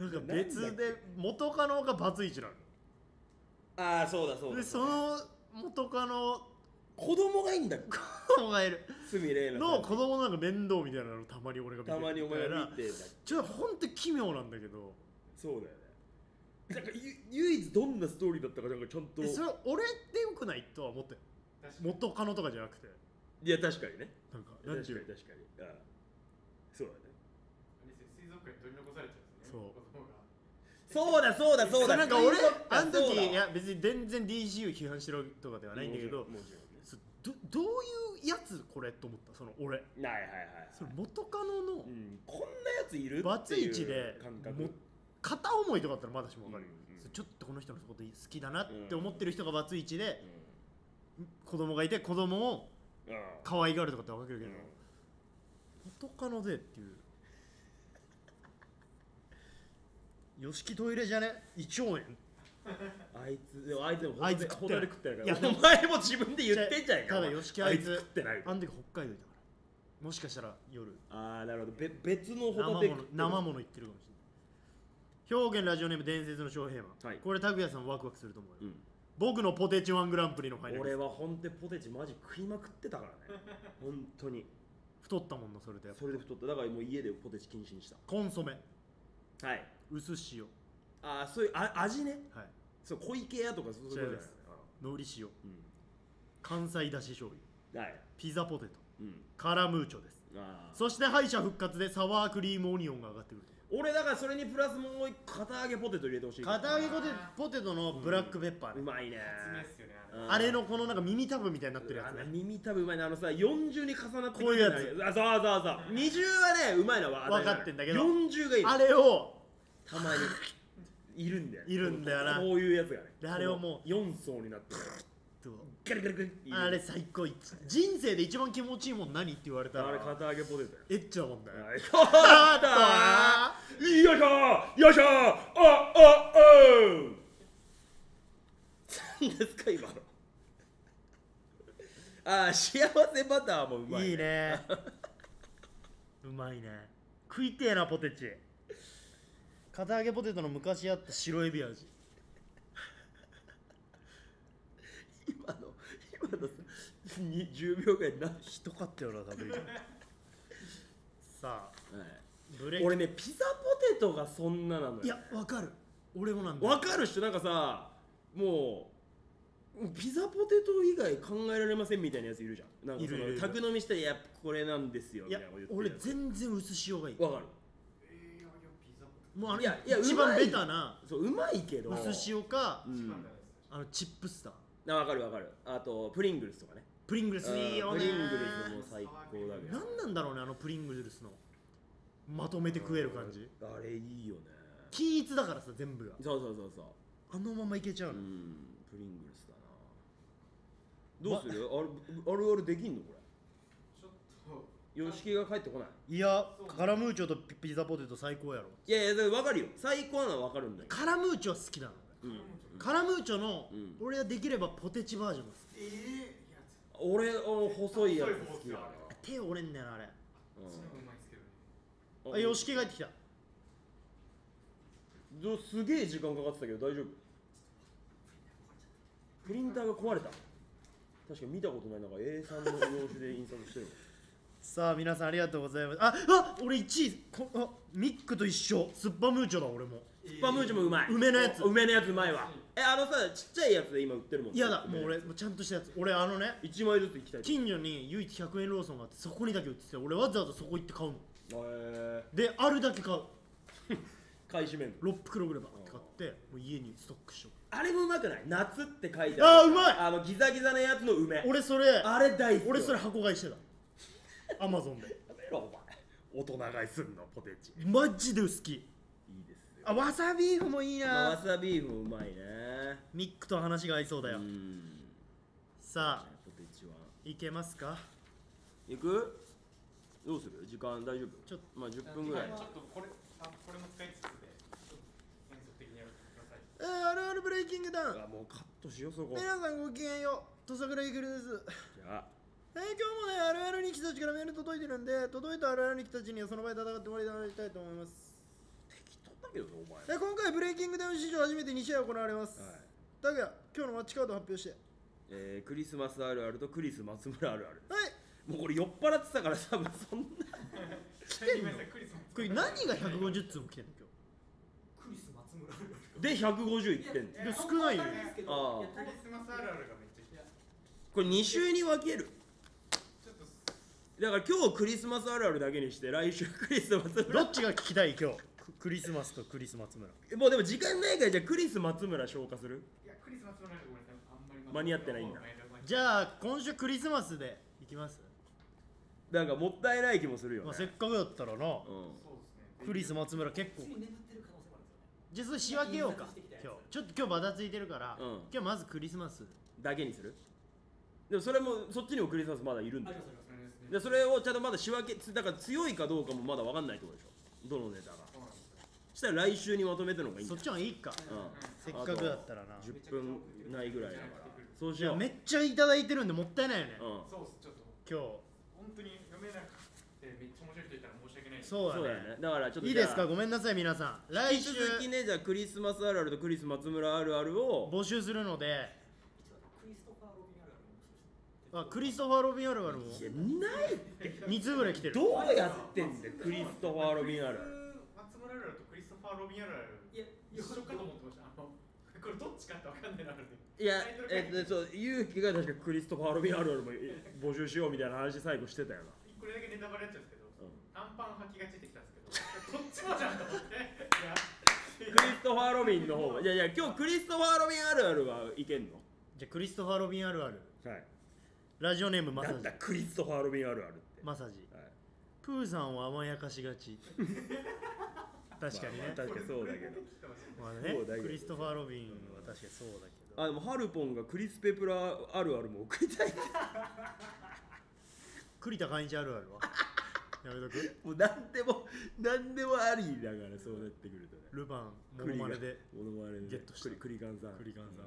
Speaker 1: うん
Speaker 3: なんか別で元カノがバツイチな
Speaker 1: ああそうだそう
Speaker 3: の
Speaker 1: だ
Speaker 3: でその元カノ
Speaker 1: 子供がいいんだ
Speaker 3: お前る
Speaker 1: 鷲見玲奈さん
Speaker 3: の子供なんか面倒みたいなのたまに俺が見て
Speaker 1: たまにお前
Speaker 3: みたい
Speaker 1: が
Speaker 3: な
Speaker 1: 見てた
Speaker 3: ちょっとほんと奇妙なんだけど
Speaker 1: そうだよねなんかゆ唯一どんなストーリーだったかなんかちゃんと
Speaker 3: えそれ俺でよくないとは思って
Speaker 5: 確かに
Speaker 3: 元カノとかじゃなくて
Speaker 1: いや確かにね
Speaker 3: なんか
Speaker 1: 確
Speaker 3: な
Speaker 1: か
Speaker 3: ん
Speaker 1: に
Speaker 3: てい
Speaker 1: 確
Speaker 3: う
Speaker 1: かにああそうだね
Speaker 5: 水族館に取り残されちゃうんですよね
Speaker 3: そう
Speaker 5: 子供が
Speaker 1: そうだそうだそうだ
Speaker 3: なんか俺あの
Speaker 1: そうだ
Speaker 3: 時いや別に全然 DCU 批判しろとかではないんだけど
Speaker 1: もちろんね
Speaker 3: そうどどういうやつこれと思ったその俺
Speaker 1: はいはいはいはい
Speaker 3: その元カノの
Speaker 1: うんこんなやついる
Speaker 3: バツイチ
Speaker 1: って
Speaker 3: で
Speaker 1: いう感覚
Speaker 3: も片思いとかだったらまだしも分かるよ、
Speaker 1: うんうん
Speaker 3: そうちょっとこの人のこと好きだなって思ってる人がバツイチで子供がいて子供を
Speaker 1: うんうん
Speaker 3: 可愛がるとかって分かる
Speaker 1: う
Speaker 3: けど、
Speaker 1: ん
Speaker 3: 元カノでっていう吉木トイレじゃね胃腸炎
Speaker 1: あいつでもあいつでも
Speaker 3: あいつ
Speaker 1: ホタルホタル食ってて
Speaker 3: 食っる
Speaker 1: ないから
Speaker 3: いや
Speaker 1: お前も自分で言ってんじゃないか
Speaker 3: た
Speaker 1: お
Speaker 3: だ
Speaker 1: 前
Speaker 3: 吉木あい
Speaker 1: あい
Speaker 3: つ
Speaker 1: つ食ってない
Speaker 3: あの時北海道いたからもしかしたら夜
Speaker 1: ああなるほどべ別のホ
Speaker 3: 生
Speaker 1: タ
Speaker 3: も
Speaker 1: テ
Speaker 3: の生もの言ってるかもしれない表現ラジオネーム伝説の翔平マン、
Speaker 1: はい
Speaker 3: これ拓哉さんワクワクすると思うよ、
Speaker 1: うん
Speaker 3: 僕のポテチワングランプリのファイナ
Speaker 1: 俺
Speaker 3: ル
Speaker 1: は本当にポテチマジ食いまくってたから [LAUGHS] ね本当に
Speaker 3: 太ったもんなそれで
Speaker 1: それで太っただからもう家でポテチ禁止にし
Speaker 3: コンソメ
Speaker 1: たはい
Speaker 3: 薄塩
Speaker 1: ああそういうあ味ね
Speaker 3: はい
Speaker 1: そう小池屋とかそういうことじゃないです
Speaker 3: 海苔塩
Speaker 1: う
Speaker 3: 関西だし醤油
Speaker 1: んはい
Speaker 3: ピザポテト
Speaker 1: うん
Speaker 3: カラムーチョです
Speaker 1: あー
Speaker 3: そして敗者復活でサワークリームオニオンが上がってくると
Speaker 1: 俺だからそれにプラスもう一個片揚げポテト入れてほしい
Speaker 3: 片揚げ
Speaker 1: ポ
Speaker 3: ポテポテトのブラックペッパー
Speaker 1: う
Speaker 3: ね、
Speaker 1: まいね
Speaker 5: 発明っすよねあれ
Speaker 1: うん
Speaker 3: あれのこのなんか耳たぶみたいになってるや
Speaker 1: あ
Speaker 3: つ
Speaker 1: の
Speaker 3: ね
Speaker 1: 耳たぶうまいなあのさ40に重なって
Speaker 3: こういうやつ
Speaker 1: あそうそうそう20はねうまいのは
Speaker 3: 分かってんだけど
Speaker 1: 40がいる
Speaker 3: あれを
Speaker 1: たま [LAUGHS] にいるんだよ
Speaker 3: いるんだよな
Speaker 1: こういうやつがね
Speaker 3: であれをもう
Speaker 1: 4層になってるガリガリガリっていう
Speaker 3: あれ最高人生で一番気持ちいいもん何って言われた
Speaker 1: あれ
Speaker 3: ら
Speaker 1: 片揚げポテトよ
Speaker 3: エッチなもんだよ
Speaker 1: はいあったーよいしょーよいしょーああお何ですか今の [LAUGHS] あー幸せバターもうまい、
Speaker 3: いいねうまいね食いてえなポテチ片揚げポテトの昔あった白エビ味
Speaker 1: 今の今のさに10秒ぐらいな、は
Speaker 3: ひどかったよな食べるさあブレ
Speaker 1: い、
Speaker 3: ー
Speaker 1: 俺
Speaker 3: キ
Speaker 1: ねピザポテトがそんななのよ
Speaker 3: いやわかる俺もなんだ
Speaker 1: わかる人なんかさもうもうピザポテト以外考えられませんみたいなやついるじゃんなんかそ
Speaker 3: いるいるい
Speaker 1: の
Speaker 3: る
Speaker 1: 宅飲みしたらいやこれなんですよ
Speaker 3: い
Speaker 1: みた
Speaker 3: や
Speaker 1: いなこと言ってる
Speaker 3: 俺
Speaker 1: やつ
Speaker 3: 全然薄塩がいい
Speaker 1: わかる
Speaker 5: えーいやいやピザポテト
Speaker 3: もうあれ
Speaker 1: いやいや
Speaker 3: 一
Speaker 1: う
Speaker 3: 番
Speaker 1: まい
Speaker 3: ベタな
Speaker 1: そううまいけど
Speaker 3: 薄塩か
Speaker 1: う
Speaker 5: 一番
Speaker 1: ん
Speaker 5: だね
Speaker 3: あのチップスター
Speaker 1: あわかるわかるあとプリングルスとかね
Speaker 3: プリングルスいいよね
Speaker 1: うんプリングルスも最高だけど
Speaker 3: 何なんだろうねあのプリングルスのまとめて食える感じ
Speaker 1: あれいいよね
Speaker 3: 均一だからさ全部が
Speaker 1: そうそうそうそ
Speaker 3: あのままいけちゃ
Speaker 1: うう
Speaker 3: うの
Speaker 1: んプリングルスだなどうするあれあれあれできんのこ
Speaker 5: ちょっと
Speaker 1: れ吉木が帰ってこない
Speaker 3: いやカラムーチョとピピザポテト最高やろ
Speaker 1: いやいやだからわかるよ最高なのはわかるんだよ
Speaker 3: カラムーチョは好きなの
Speaker 1: うん
Speaker 3: カラムーチョの、
Speaker 1: うん
Speaker 3: 俺はできればポテチバージョンが好
Speaker 5: ええいやつ
Speaker 1: 俺あの細いやつ好きだな
Speaker 3: き手折れんだよなあれ
Speaker 5: その
Speaker 1: うん
Speaker 5: 方がうまいですけどね
Speaker 1: あ
Speaker 3: あ、よしき帰ってきた
Speaker 1: どすげえ時間かかってたけど大丈夫プリンターが壊れた確か見たことないなんか A3 の用紙で印刷 [LAUGHS] してる
Speaker 3: さあ皆さんありがとうございますああ俺1位こあミックと一緒スッパムーチョだ俺も
Speaker 1: スパムーチョもうまい
Speaker 3: 梅のやつ
Speaker 1: 梅のやつうまいわえあのさちっちゃいやつで今売ってるもん
Speaker 3: 嫌だもう俺もうちゃんとしたやつ俺あのね
Speaker 1: 1枚ずついきたいと
Speaker 3: 近所に唯一100円ローソンがあってそこにだけ売ってて俺わざわざそこ行って買うの
Speaker 1: 思うへえ
Speaker 3: であるだけ買う
Speaker 1: 買い占める
Speaker 3: 6袋ぐらいバーって買ってもう家にストックしよ
Speaker 1: あれもうまくない夏って書いて
Speaker 3: あーうまい
Speaker 1: あのギザギザのやつの梅
Speaker 3: う俺それ
Speaker 1: あれ大好き
Speaker 3: 俺それ箱買いしてたアマゾンで
Speaker 1: やめろお前大人買いすんのポテチ
Speaker 3: マジで好き
Speaker 1: いいですよ
Speaker 3: あわさビーフもいい
Speaker 1: まあわ
Speaker 3: な
Speaker 1: さビーフもうまいね
Speaker 3: ミックと話が合いそうだよ
Speaker 1: ん
Speaker 3: さあ
Speaker 1: ポテチはい
Speaker 3: けますか
Speaker 1: 行くどうする時間大丈夫
Speaker 3: ちょっ
Speaker 1: まあ10分ぐらい
Speaker 5: ちょっとこれあこれも使いつつでちょっと変則的にやるください
Speaker 3: えー、あるあるブレイキングダウン
Speaker 1: あもうカットしようそこじゃ
Speaker 3: 皆さんごきげんよう土佐倉ゆきるです
Speaker 1: あ
Speaker 3: えー、今日もねあるある人気たちからメール届いてるんで届いたあるある人たちにはその場で戦ってもらいたいと思います
Speaker 1: 適当だけどねお前
Speaker 3: えー今回ブレイキングダウン史上初めて2試合行われます
Speaker 1: はい
Speaker 3: 拓也、今日のマッチカード発表して
Speaker 1: えー、クリスマスあるあるとクリス松村あるある
Speaker 3: はい
Speaker 1: もうこれ酔っ払ってたから多分そんな
Speaker 5: 来てんのクリスマス
Speaker 3: これ何が150通も来てんの今日
Speaker 4: クリス松村
Speaker 1: で150いってんの
Speaker 5: いや
Speaker 3: で少ないよ
Speaker 4: いや本当は当たり前で
Speaker 1: ああ
Speaker 5: クリス
Speaker 4: すけどいや
Speaker 5: マスあるあるがめっちゃ来て
Speaker 1: これ2週に分ける
Speaker 5: ちょっと
Speaker 1: だから今日クリスマスあるあるだけにして来週クリスマス
Speaker 3: [LAUGHS] どっちが聞きたい今日ククリスマスとクリスマス村
Speaker 1: もうでも時間ないからじゃあクリス松村消化する
Speaker 5: いやクリスマスもなんかごめんなさいあんまり
Speaker 1: 間に合ってないんだ
Speaker 3: じ
Speaker 5: ゃ
Speaker 3: ゃあ今週クリスマスでいきます、
Speaker 1: なんかもったいない気もするよ、ね
Speaker 3: まあ、せっかくだったら
Speaker 1: うん
Speaker 3: な
Speaker 5: そうですね
Speaker 3: クリス松村結
Speaker 4: 普
Speaker 3: 構
Speaker 4: 通に眠ってる可能性もあるんですよね
Speaker 3: じゃあそれ仕分けようか今日ちょっと今日バタついてるから、
Speaker 1: うん
Speaker 3: 今日まずクリスマス
Speaker 1: だけにするでもそれもそっちにもクリスマスまだいるんだ
Speaker 4: あり
Speaker 1: よ
Speaker 4: ますあります
Speaker 5: そうですね
Speaker 1: でそれをちゃんとまだ仕分けつだから強いかどうかもまだ分かんないってことでしょどのネタが
Speaker 5: そうなんですよ
Speaker 1: したら来週にまとめての方がいいん
Speaker 3: そ
Speaker 1: だよ
Speaker 3: っちの方がいいか
Speaker 1: うん
Speaker 3: せっかくだったらな
Speaker 1: 10分ないぐらいだからそうし
Speaker 3: いや
Speaker 1: よう
Speaker 3: めっちゃいただいてるんでもったいないよね、
Speaker 1: うん
Speaker 5: そうっすちょっと
Speaker 3: 今
Speaker 5: 本当に読めなくてめっちゃ面白い人いたら申し訳ない
Speaker 3: 日そうだ
Speaker 1: そう
Speaker 3: ね
Speaker 1: だよねだからちょっと
Speaker 3: いい
Speaker 1: じゃあ
Speaker 3: ですかごめんなさい皆さん来
Speaker 1: 引き
Speaker 3: 週
Speaker 1: 続きねじゃあクリスマスあるあるとクリス松村あるあるを
Speaker 3: 募集するので
Speaker 4: 一応クリストファー・ロビンあるあるも
Speaker 3: あクリストファー・ロビン・アルバルも
Speaker 1: いやない
Speaker 3: 2通ぐらい来てる
Speaker 1: どうやってんだよクリストファー・ロビンあるある
Speaker 5: 松村あるあるとクリストファー・ロビンあるある
Speaker 4: いや
Speaker 5: 一緒かと思ってましたあのこれどっちかってわかんないなるで
Speaker 1: いやえっとそう勇気が確かクリストファー・ロビンあるあるも募集しようみたいな話最後してたよな
Speaker 5: これだけネタバレになっちゃうんですけ
Speaker 1: う
Speaker 5: ど
Speaker 1: ん
Speaker 5: 短パン履きがついてきたんですけどどっちもじゃんと思っていや
Speaker 1: クリストファー・ロビンの方がいやいや今日クリストファー・ロビンあるあるはいけんの
Speaker 3: じゃあクリストファー・ロビン・アルバル
Speaker 1: はい
Speaker 3: ラジオネームマ
Speaker 1: な
Speaker 3: サ
Speaker 1: ん
Speaker 3: ジ
Speaker 1: だクリストファー・ロビンあるあるって、
Speaker 3: マサジ
Speaker 1: はい
Speaker 3: プーさんを甘やかしがち確かに
Speaker 1: ま
Speaker 3: ね
Speaker 1: あ,、確かにそうだけど
Speaker 3: まあ
Speaker 1: そうだけ
Speaker 3: ね
Speaker 1: ど
Speaker 3: クリストファー・ロビンは確かにそうだけど
Speaker 1: あでもハルポンがクリス・ペプラあるあるも送りたいって
Speaker 3: 栗田寛一あるあるはやめとく
Speaker 1: [LAUGHS] もう何でも何でもありだからそうなってくるとね
Speaker 3: ルパンモノマネで
Speaker 1: モノマネでね
Speaker 3: ゲットした
Speaker 1: クリクリガンさん
Speaker 3: クリガンさん
Speaker 1: う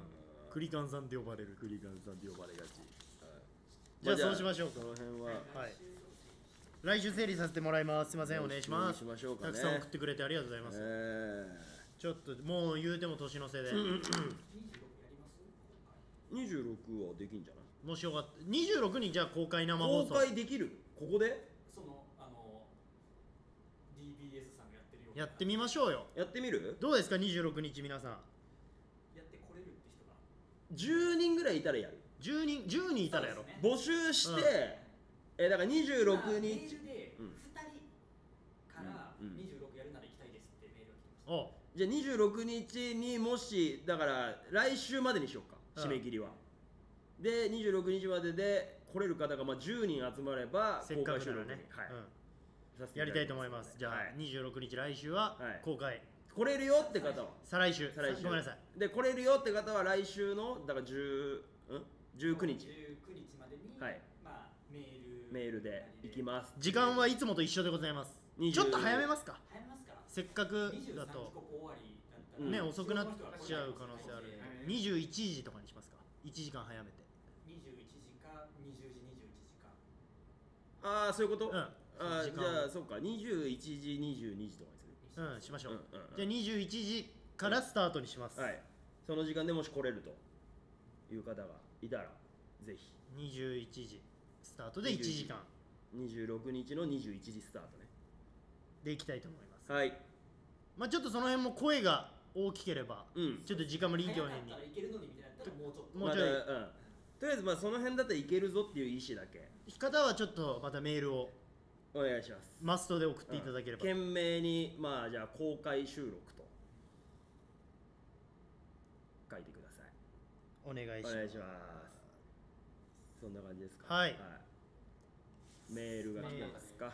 Speaker 3: クリカンさんって呼ばれる
Speaker 1: クリガンさんって呼ばれがち、
Speaker 3: じゃあそうしましょうか
Speaker 1: この辺は
Speaker 3: はい来週整理させてもらいますすいませんお願いしま
Speaker 1: どう
Speaker 3: す
Speaker 1: しましょうか
Speaker 3: た
Speaker 1: ね
Speaker 3: くさん送ってくれてありがとうございます、
Speaker 1: え
Speaker 3: ちょっともう言うても年の瀬で
Speaker 4: 26やります
Speaker 1: え26はできんじゃない
Speaker 3: もしよかった26にじゃあ公開生放
Speaker 1: 公
Speaker 3: 送
Speaker 1: 開できるここで
Speaker 4: そのあの DBS さんがやってるような
Speaker 3: やってみましょうよ
Speaker 1: やってみる
Speaker 3: どうですか26日皆さん
Speaker 4: やってこれるって人が
Speaker 1: 10人ぐらいいたらやる
Speaker 3: 10人10人いたらやろ
Speaker 4: そうですね
Speaker 1: 募集して、
Speaker 3: うん
Speaker 1: えだから
Speaker 4: 今
Speaker 1: 26
Speaker 4: メー
Speaker 1: 日
Speaker 4: ルで
Speaker 1: うん
Speaker 4: 2人から
Speaker 1: うんうん
Speaker 4: 26やるなら行きたいですってメールが来てました
Speaker 3: おう
Speaker 1: じゃあ26日にもしだから来週までにしようか
Speaker 3: うん
Speaker 1: 締め切りは、で26日までで来れる方がまあ10人集まれば
Speaker 3: せっ
Speaker 1: 公
Speaker 3: か
Speaker 1: 開
Speaker 3: く
Speaker 1: 収
Speaker 3: な
Speaker 1: 録
Speaker 3: ら
Speaker 1: に、
Speaker 3: ね、
Speaker 1: はい
Speaker 3: うん
Speaker 1: させて
Speaker 3: やりたいと思いますじゃあ、
Speaker 1: はい
Speaker 3: 26日来週は
Speaker 1: はい
Speaker 3: 公開、
Speaker 1: 来れるよって方は
Speaker 3: 再来週
Speaker 1: 再来週
Speaker 3: ごめんなさい
Speaker 1: で来れるよって方は来週のだから10ん19日
Speaker 4: 19日までに、
Speaker 1: はい
Speaker 4: まあ、メール
Speaker 1: メールで行き
Speaker 4: す
Speaker 1: ます
Speaker 3: 時間はいつもと一緒でございます
Speaker 1: 20
Speaker 3: ちょっと早めますか
Speaker 4: 早めますから
Speaker 3: せっかく
Speaker 4: 23
Speaker 3: だ
Speaker 4: 時
Speaker 3: と
Speaker 4: ここ終わりだったら
Speaker 1: うんね
Speaker 3: 遅くなっちゃう可能性ある
Speaker 5: ね
Speaker 3: 21時とかにしますか1時間早めて
Speaker 4: 21時か20時21時か
Speaker 1: ああそういうこと、
Speaker 3: うん
Speaker 1: ああ
Speaker 3: 時
Speaker 1: ーじ
Speaker 3: 間を
Speaker 1: ゃあそうか21時22時とかにする
Speaker 3: うんしましょう、
Speaker 1: うんうんうん
Speaker 3: じゃあ21時からスタートにします、
Speaker 1: はい、その時間でもし来れるという方がいたらぜひ
Speaker 3: 21時スタートで1時間
Speaker 1: 26日の21時スタートね
Speaker 3: でいきたいと思います、
Speaker 1: はい
Speaker 3: まあちょっとその辺も声が大きければ、
Speaker 1: うん
Speaker 3: ちょっと時間も臨
Speaker 4: 早
Speaker 3: 機
Speaker 4: か
Speaker 3: 応
Speaker 4: っ
Speaker 3: 変に
Speaker 4: たらいけるのにみたいなだったらもうちょっと
Speaker 3: もう
Speaker 1: ま
Speaker 3: ち
Speaker 1: だ
Speaker 3: ょい
Speaker 1: うん、とりあえずまあその辺だったらいけるぞっていう意思だけ
Speaker 3: 方はちょっとまたメールを
Speaker 1: お願いします
Speaker 3: マストで送っていただければ、
Speaker 1: 懸命にまあじゃあ公開収録と書いてください
Speaker 3: お願いし
Speaker 1: お
Speaker 3: ます
Speaker 1: 願いしますそんな感じですか
Speaker 3: はい
Speaker 1: メールが来てますか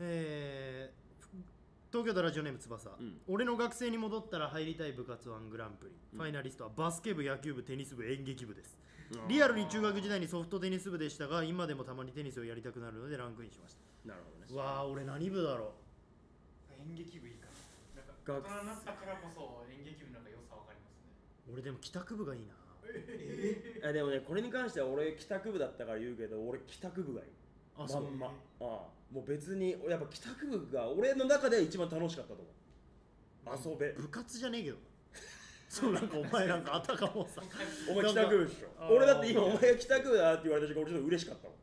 Speaker 3: えー東京都ラジオネーム翼、
Speaker 1: うん
Speaker 3: 俺の学生に戻ったら入りたい部活ワングランプリ、
Speaker 1: うん
Speaker 3: ファイナリストはバスケ部野球部テニス部演劇部ですリアルに中学時代にソフトテニス部でしたが今でもたまにテニスをやりたくなるのでランクインしまし
Speaker 1: なるほど
Speaker 3: た
Speaker 1: ね
Speaker 3: うわー俺何部だろ
Speaker 5: 演劇部いいかなな
Speaker 1: 学
Speaker 5: んか大人になったからこそ演劇部なんか良さわかりますね
Speaker 3: う俺でも帰宅部がいいな
Speaker 1: あでもねこれに関しては俺帰宅部だったから言うけど俺帰宅部がいい
Speaker 3: あ
Speaker 1: ま
Speaker 3: そうん
Speaker 1: まああもう別にやっぱ帰宅部が俺の中では一番楽しかったと思う遊べ
Speaker 3: 部活じゃねえけどな [LAUGHS] そうなんかお前なんかあたかもさ
Speaker 1: お前帰宅部でし
Speaker 3: あ
Speaker 1: ょ
Speaker 3: ー
Speaker 1: 俺だって今お前が帰宅部だって言われた瞬間俺ちょっと嬉しかったもん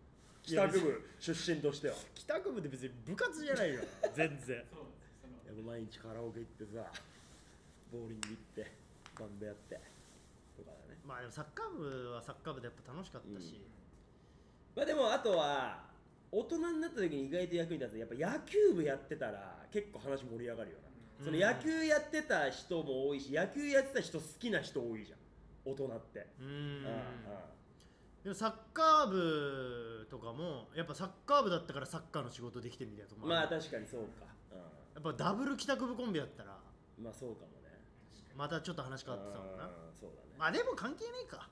Speaker 1: 帰宅部出身としては
Speaker 3: [LAUGHS] 帰宅部って別に部活じゃないよ全然
Speaker 5: そうなんですよその
Speaker 1: やっぱ毎日カラオケ行ってさボーリング行ってバンドやってとかだね
Speaker 3: まあでもサッカー部はサッカー部でやっぱ楽しかったし、
Speaker 1: まあでもあとは大人になった時に意外と役に立つやっぱ野球部やってたら結構話盛り上がるよな、
Speaker 3: うん
Speaker 1: その野球やってた人も多いし野球やってた人好きな人多いじゃん大人って
Speaker 3: うん
Speaker 1: うん
Speaker 3: でもサッカー部とかもやっぱサッカー部だったからサッカーの仕事できてるみたいなとこ
Speaker 1: うん
Speaker 3: も
Speaker 1: ま
Speaker 3: あ
Speaker 1: あ
Speaker 3: る
Speaker 1: 確かにそうか、う
Speaker 3: やっぱダブル帰宅部コンビだった
Speaker 1: ん、
Speaker 3: ら
Speaker 1: まあそうかもね
Speaker 3: またちょっと話変わってたもんな
Speaker 1: うんそうだね
Speaker 3: まあでも関係ねえか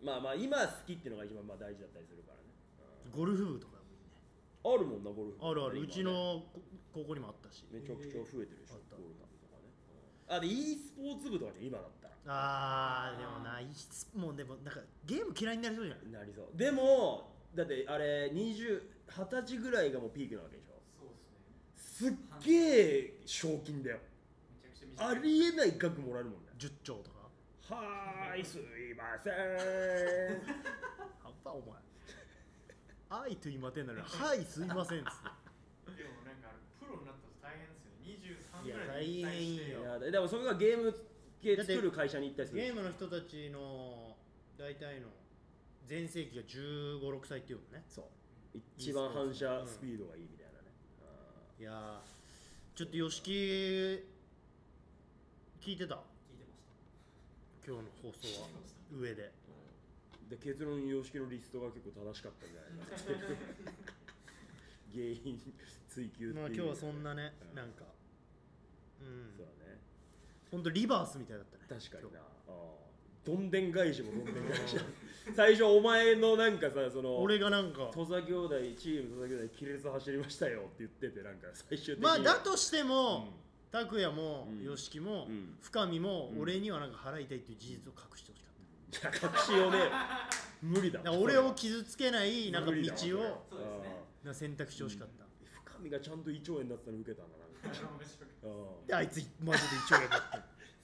Speaker 1: うん、まあまあ今好きっていうのが一番まあ大事だったりするからね、うん
Speaker 3: ゴルフ部とかもいいね
Speaker 1: あるもんなゴルフ
Speaker 3: あるある
Speaker 1: 今
Speaker 3: う
Speaker 1: ね
Speaker 3: ちのこ高校にもあったし
Speaker 1: めちゃくちゃ増えてるでしょ、
Speaker 3: あった
Speaker 1: ゴルフ部とかね、うんあで e スポーツ部とかじゃん今だったら
Speaker 3: あーでもないつもうでもなんかゲーム嫌いになりそうじゃない
Speaker 1: なりそうでもだってあれ2020歳ぐらいがもうピークなわけでしょ
Speaker 5: そうですね。
Speaker 1: すっげえ賞金だよ
Speaker 5: めちゃくちゃ
Speaker 1: あ
Speaker 5: 短い。
Speaker 1: りえない額もらえるもんね
Speaker 3: 10兆とか
Speaker 1: はーいすいません
Speaker 3: やっぱお前 [LAUGHS] 愛と言いまてんなら「はいすいません」っつって
Speaker 5: でもなんかプロになったら大変ですよね。二十三
Speaker 3: いや
Speaker 5: ぐらいで引退して
Speaker 3: 大変よ
Speaker 5: [LAUGHS]
Speaker 1: い [LAUGHS] やででもそれがゲーム系作る会社に行ったりする
Speaker 3: ゲームの人たちの大体の全盛期が1 5 6歳っていうのね
Speaker 1: そう一番反射スピードがいいみたいなね、
Speaker 3: いやーちょっと吉木聞いてた
Speaker 4: 聞いてました。
Speaker 3: 今日の放送は上で
Speaker 1: うんで結論様式のリストが結構正しかったんじゃないかな
Speaker 3: [LAUGHS]
Speaker 1: っていう原因追求っていう
Speaker 3: まあ今日はそんなね
Speaker 1: うん
Speaker 3: なんかう
Speaker 1: そうんだね
Speaker 3: ほんとリバースみたいだったね
Speaker 1: 確かにな
Speaker 3: 今日
Speaker 1: ああどんでん返しもどんでん返しだ最初お前のなんかさその
Speaker 3: 俺がなんか
Speaker 1: 土佐兄弟チーム土佐兄弟亀裂走りましたよって言っててなんか最終的に
Speaker 3: まあだとして
Speaker 1: う
Speaker 3: も
Speaker 1: ん
Speaker 3: 拓哉も
Speaker 1: うん
Speaker 3: 吉木も
Speaker 1: うん
Speaker 3: 深見も
Speaker 1: うん
Speaker 3: 俺にはなんか払いたいっていう事実を隠してほしかっ
Speaker 1: いや確信をね無理だ
Speaker 3: ただから俺を傷つけないなんか道を
Speaker 1: 無理だわそれは
Speaker 4: そうですね
Speaker 1: ああ
Speaker 3: な選択してほしかった
Speaker 1: 深みがちゃんと胃腸炎になってたの受けたんだななんか
Speaker 5: 面白い。
Speaker 1: う
Speaker 3: であいつマジで一応やっ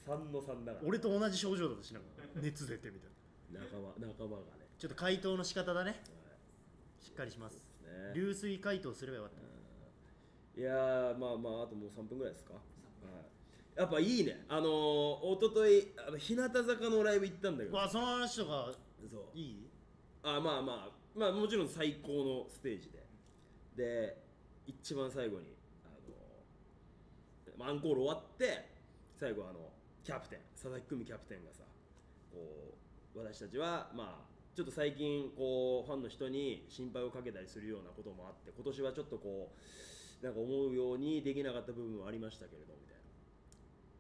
Speaker 3: た
Speaker 1: ん3の3だから
Speaker 3: 俺と同じ症状だとしながら熱出てみたいな
Speaker 1: 仲間仲間がね
Speaker 3: ちょっと回答の仕方だね
Speaker 1: はい
Speaker 3: しっかりします
Speaker 1: そうですね
Speaker 3: 流水解凍すればよかっ
Speaker 1: うんいやーまあまああともう3分ぐらいですか、はい、やっぱいいねあのー、おとといあの日向坂のライブ行ったんだけ
Speaker 3: た
Speaker 1: ど
Speaker 3: わその話とか
Speaker 1: そう
Speaker 3: いい
Speaker 1: あまあまあまあもちろん最高のステージでで一番最後にあのまあアンコール終わって最後あのキャプテン佐々木久美キャプテンがさこう私たちはまあちょっと最近こうファンの人に心配をかけたりするようなこともあって今年はちょっとこうなんか思うようにできなかった部分はありましたけれどみたいな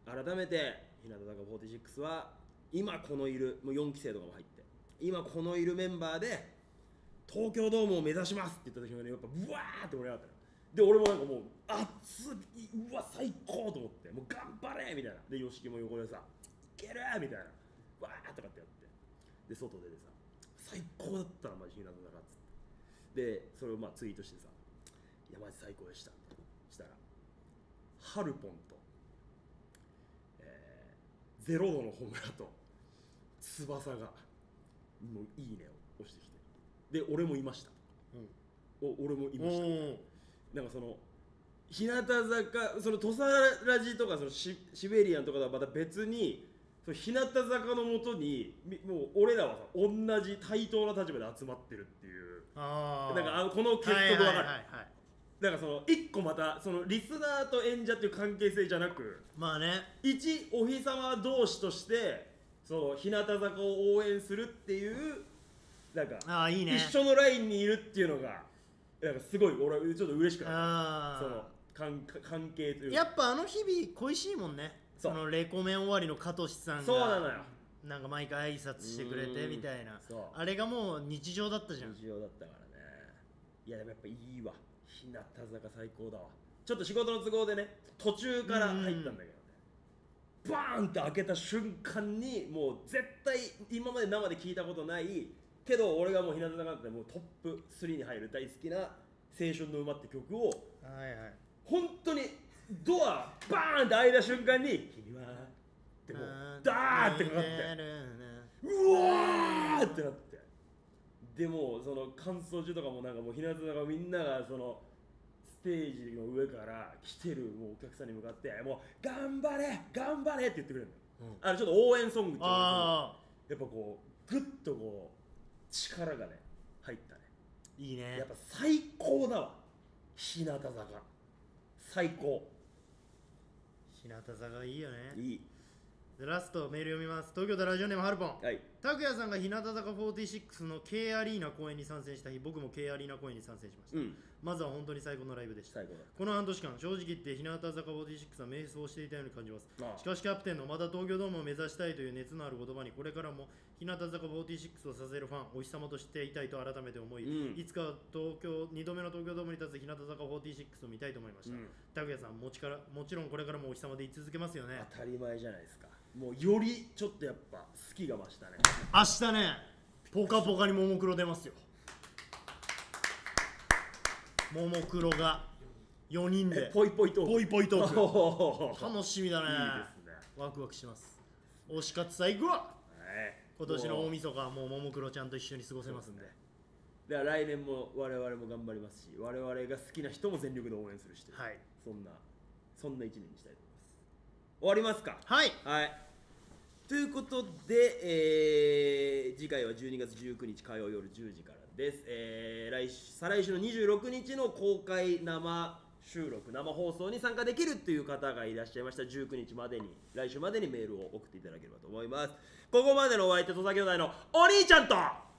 Speaker 1: 改めて日向坂46は今このいるもう4期生とかも入って今このいるメンバーで東京ドームを目指しますって言った時にやっぱブワーって盛り上がったので俺もなんかもう熱いうわ最高と思ってもう頑張れみたいなで YOSHIKI も横でさ「いける!」みたいなわーとかってやってで外出てさ最高だったなマジ日向坂っつってでそれをまあツイートしてさ「いやマジ最高でした」したらハルポンとえーゼロ度のホムラと翼がもういいねを押してきてで俺もいました、お俺もいました
Speaker 3: お
Speaker 1: なんかその日向坂その土佐ラジとかそのシシベリアンとかとはまた別にその日向坂のもとにみもう俺らはさ同じ対等な立場で集まってるっていう
Speaker 3: あ
Speaker 1: なんか
Speaker 3: あ
Speaker 1: あのこの結束分かる、
Speaker 3: はいはいはいはい
Speaker 1: なんかその一個またそのリスナーと演者っていう関係性じゃなく
Speaker 3: まあね
Speaker 1: 一お日様同士としてその日向坂を応援するっていうなんか
Speaker 3: ああいいね
Speaker 1: 一緒のラインにいるっていうのがなんかすごい俺はちょっと嬉しくなった
Speaker 3: あ
Speaker 1: その関関係というか
Speaker 3: やっぱあの日々恋しいもんね
Speaker 1: そ
Speaker 3: そうのレコメン終わりの加藤さんが
Speaker 1: そうなのよ
Speaker 3: なんか毎回挨拶してくれてみたいな
Speaker 1: そう
Speaker 3: あれがもう日常だったじゃん
Speaker 1: 日常だったからねいやでもやっぱいいわ日向坂最高だわちょっと仕事の都合でね途中から入ったんだけどねバーンって開けた瞬間にもう絶対今まで生で聞いたことないけど俺がもう日向坂なんてもうトップ3に入る大好きな「青春の馬」って曲を
Speaker 3: はいはい
Speaker 1: 本当にドアバーンって開いた瞬間に「君は」ってもうダーってかかってうわーってなってでもうその乾燥中とかもなんかもう日向坂みんながそのテージの上から来てるもうお客さんに向かってもう頑張れ頑張れって言ってくれるの、
Speaker 3: うん
Speaker 1: あのちょっと応援ソングっていうの
Speaker 3: あ
Speaker 1: やっぱこうグッとこう力がね入ったね
Speaker 3: あいいね
Speaker 1: やっぱ最高だわ日向坂最高
Speaker 3: 日向坂いいよね
Speaker 1: いい
Speaker 3: でラストメール読みます東京都ラジオネームハルポン
Speaker 1: はい
Speaker 3: 拓也さんが日向坂46の K アリーナ公演に参戦した日僕も K アリーナ公演に参戦しました、
Speaker 1: うん
Speaker 3: まずは本当に最高のライブでした
Speaker 1: 最高だ
Speaker 3: この半年間正直言って日向坂46は迷走していたように感じます
Speaker 1: ああ
Speaker 3: しかしキャプテンのまた東京ドームを目指したいという熱のある言葉にこれからも日向坂46を支えるファンお日様としていたいと改めて思い、
Speaker 1: うん
Speaker 3: いつかは東京2度目の東京ドームに立つ日向坂46を見たいと思いました、
Speaker 1: うん
Speaker 3: 拓也さんもちからもちろんこれからもお日様でい続けますよね
Speaker 1: 当たり前じゃないですかもうよりちょっとやっぱ好きが増したね
Speaker 3: 明日ねポカポカにももクロ出ますよももクロが4人
Speaker 1: え
Speaker 3: で
Speaker 1: ぽいぽいトーク
Speaker 3: ぽいぽいトーク
Speaker 1: ー
Speaker 3: 楽しみだね
Speaker 1: いいですね
Speaker 3: ワクワクします推し活さあ行くわ
Speaker 1: はい
Speaker 3: 今年の大晦日はもうももクロちゃんと一緒に過ごせますんで
Speaker 1: だから来年も我々も頑張りますし我々が好きな人も全力で応援するしとう
Speaker 3: はい
Speaker 1: そんなそんな一年にしたいと思います終わりますか
Speaker 3: はい
Speaker 1: はい。ということで、えー次回は12月19日火曜夜10時からです。えー来週再来週の26日の公開生収録、生放送に参加できるという方がいらっしゃいました。19日までに、来週までにメールを送っていただければと思います。ここまでのお相手、土佐兄弟のお兄ちゃんと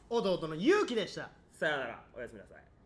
Speaker 3: 弟のゆうきでした
Speaker 1: さよなら、おやすみなさい。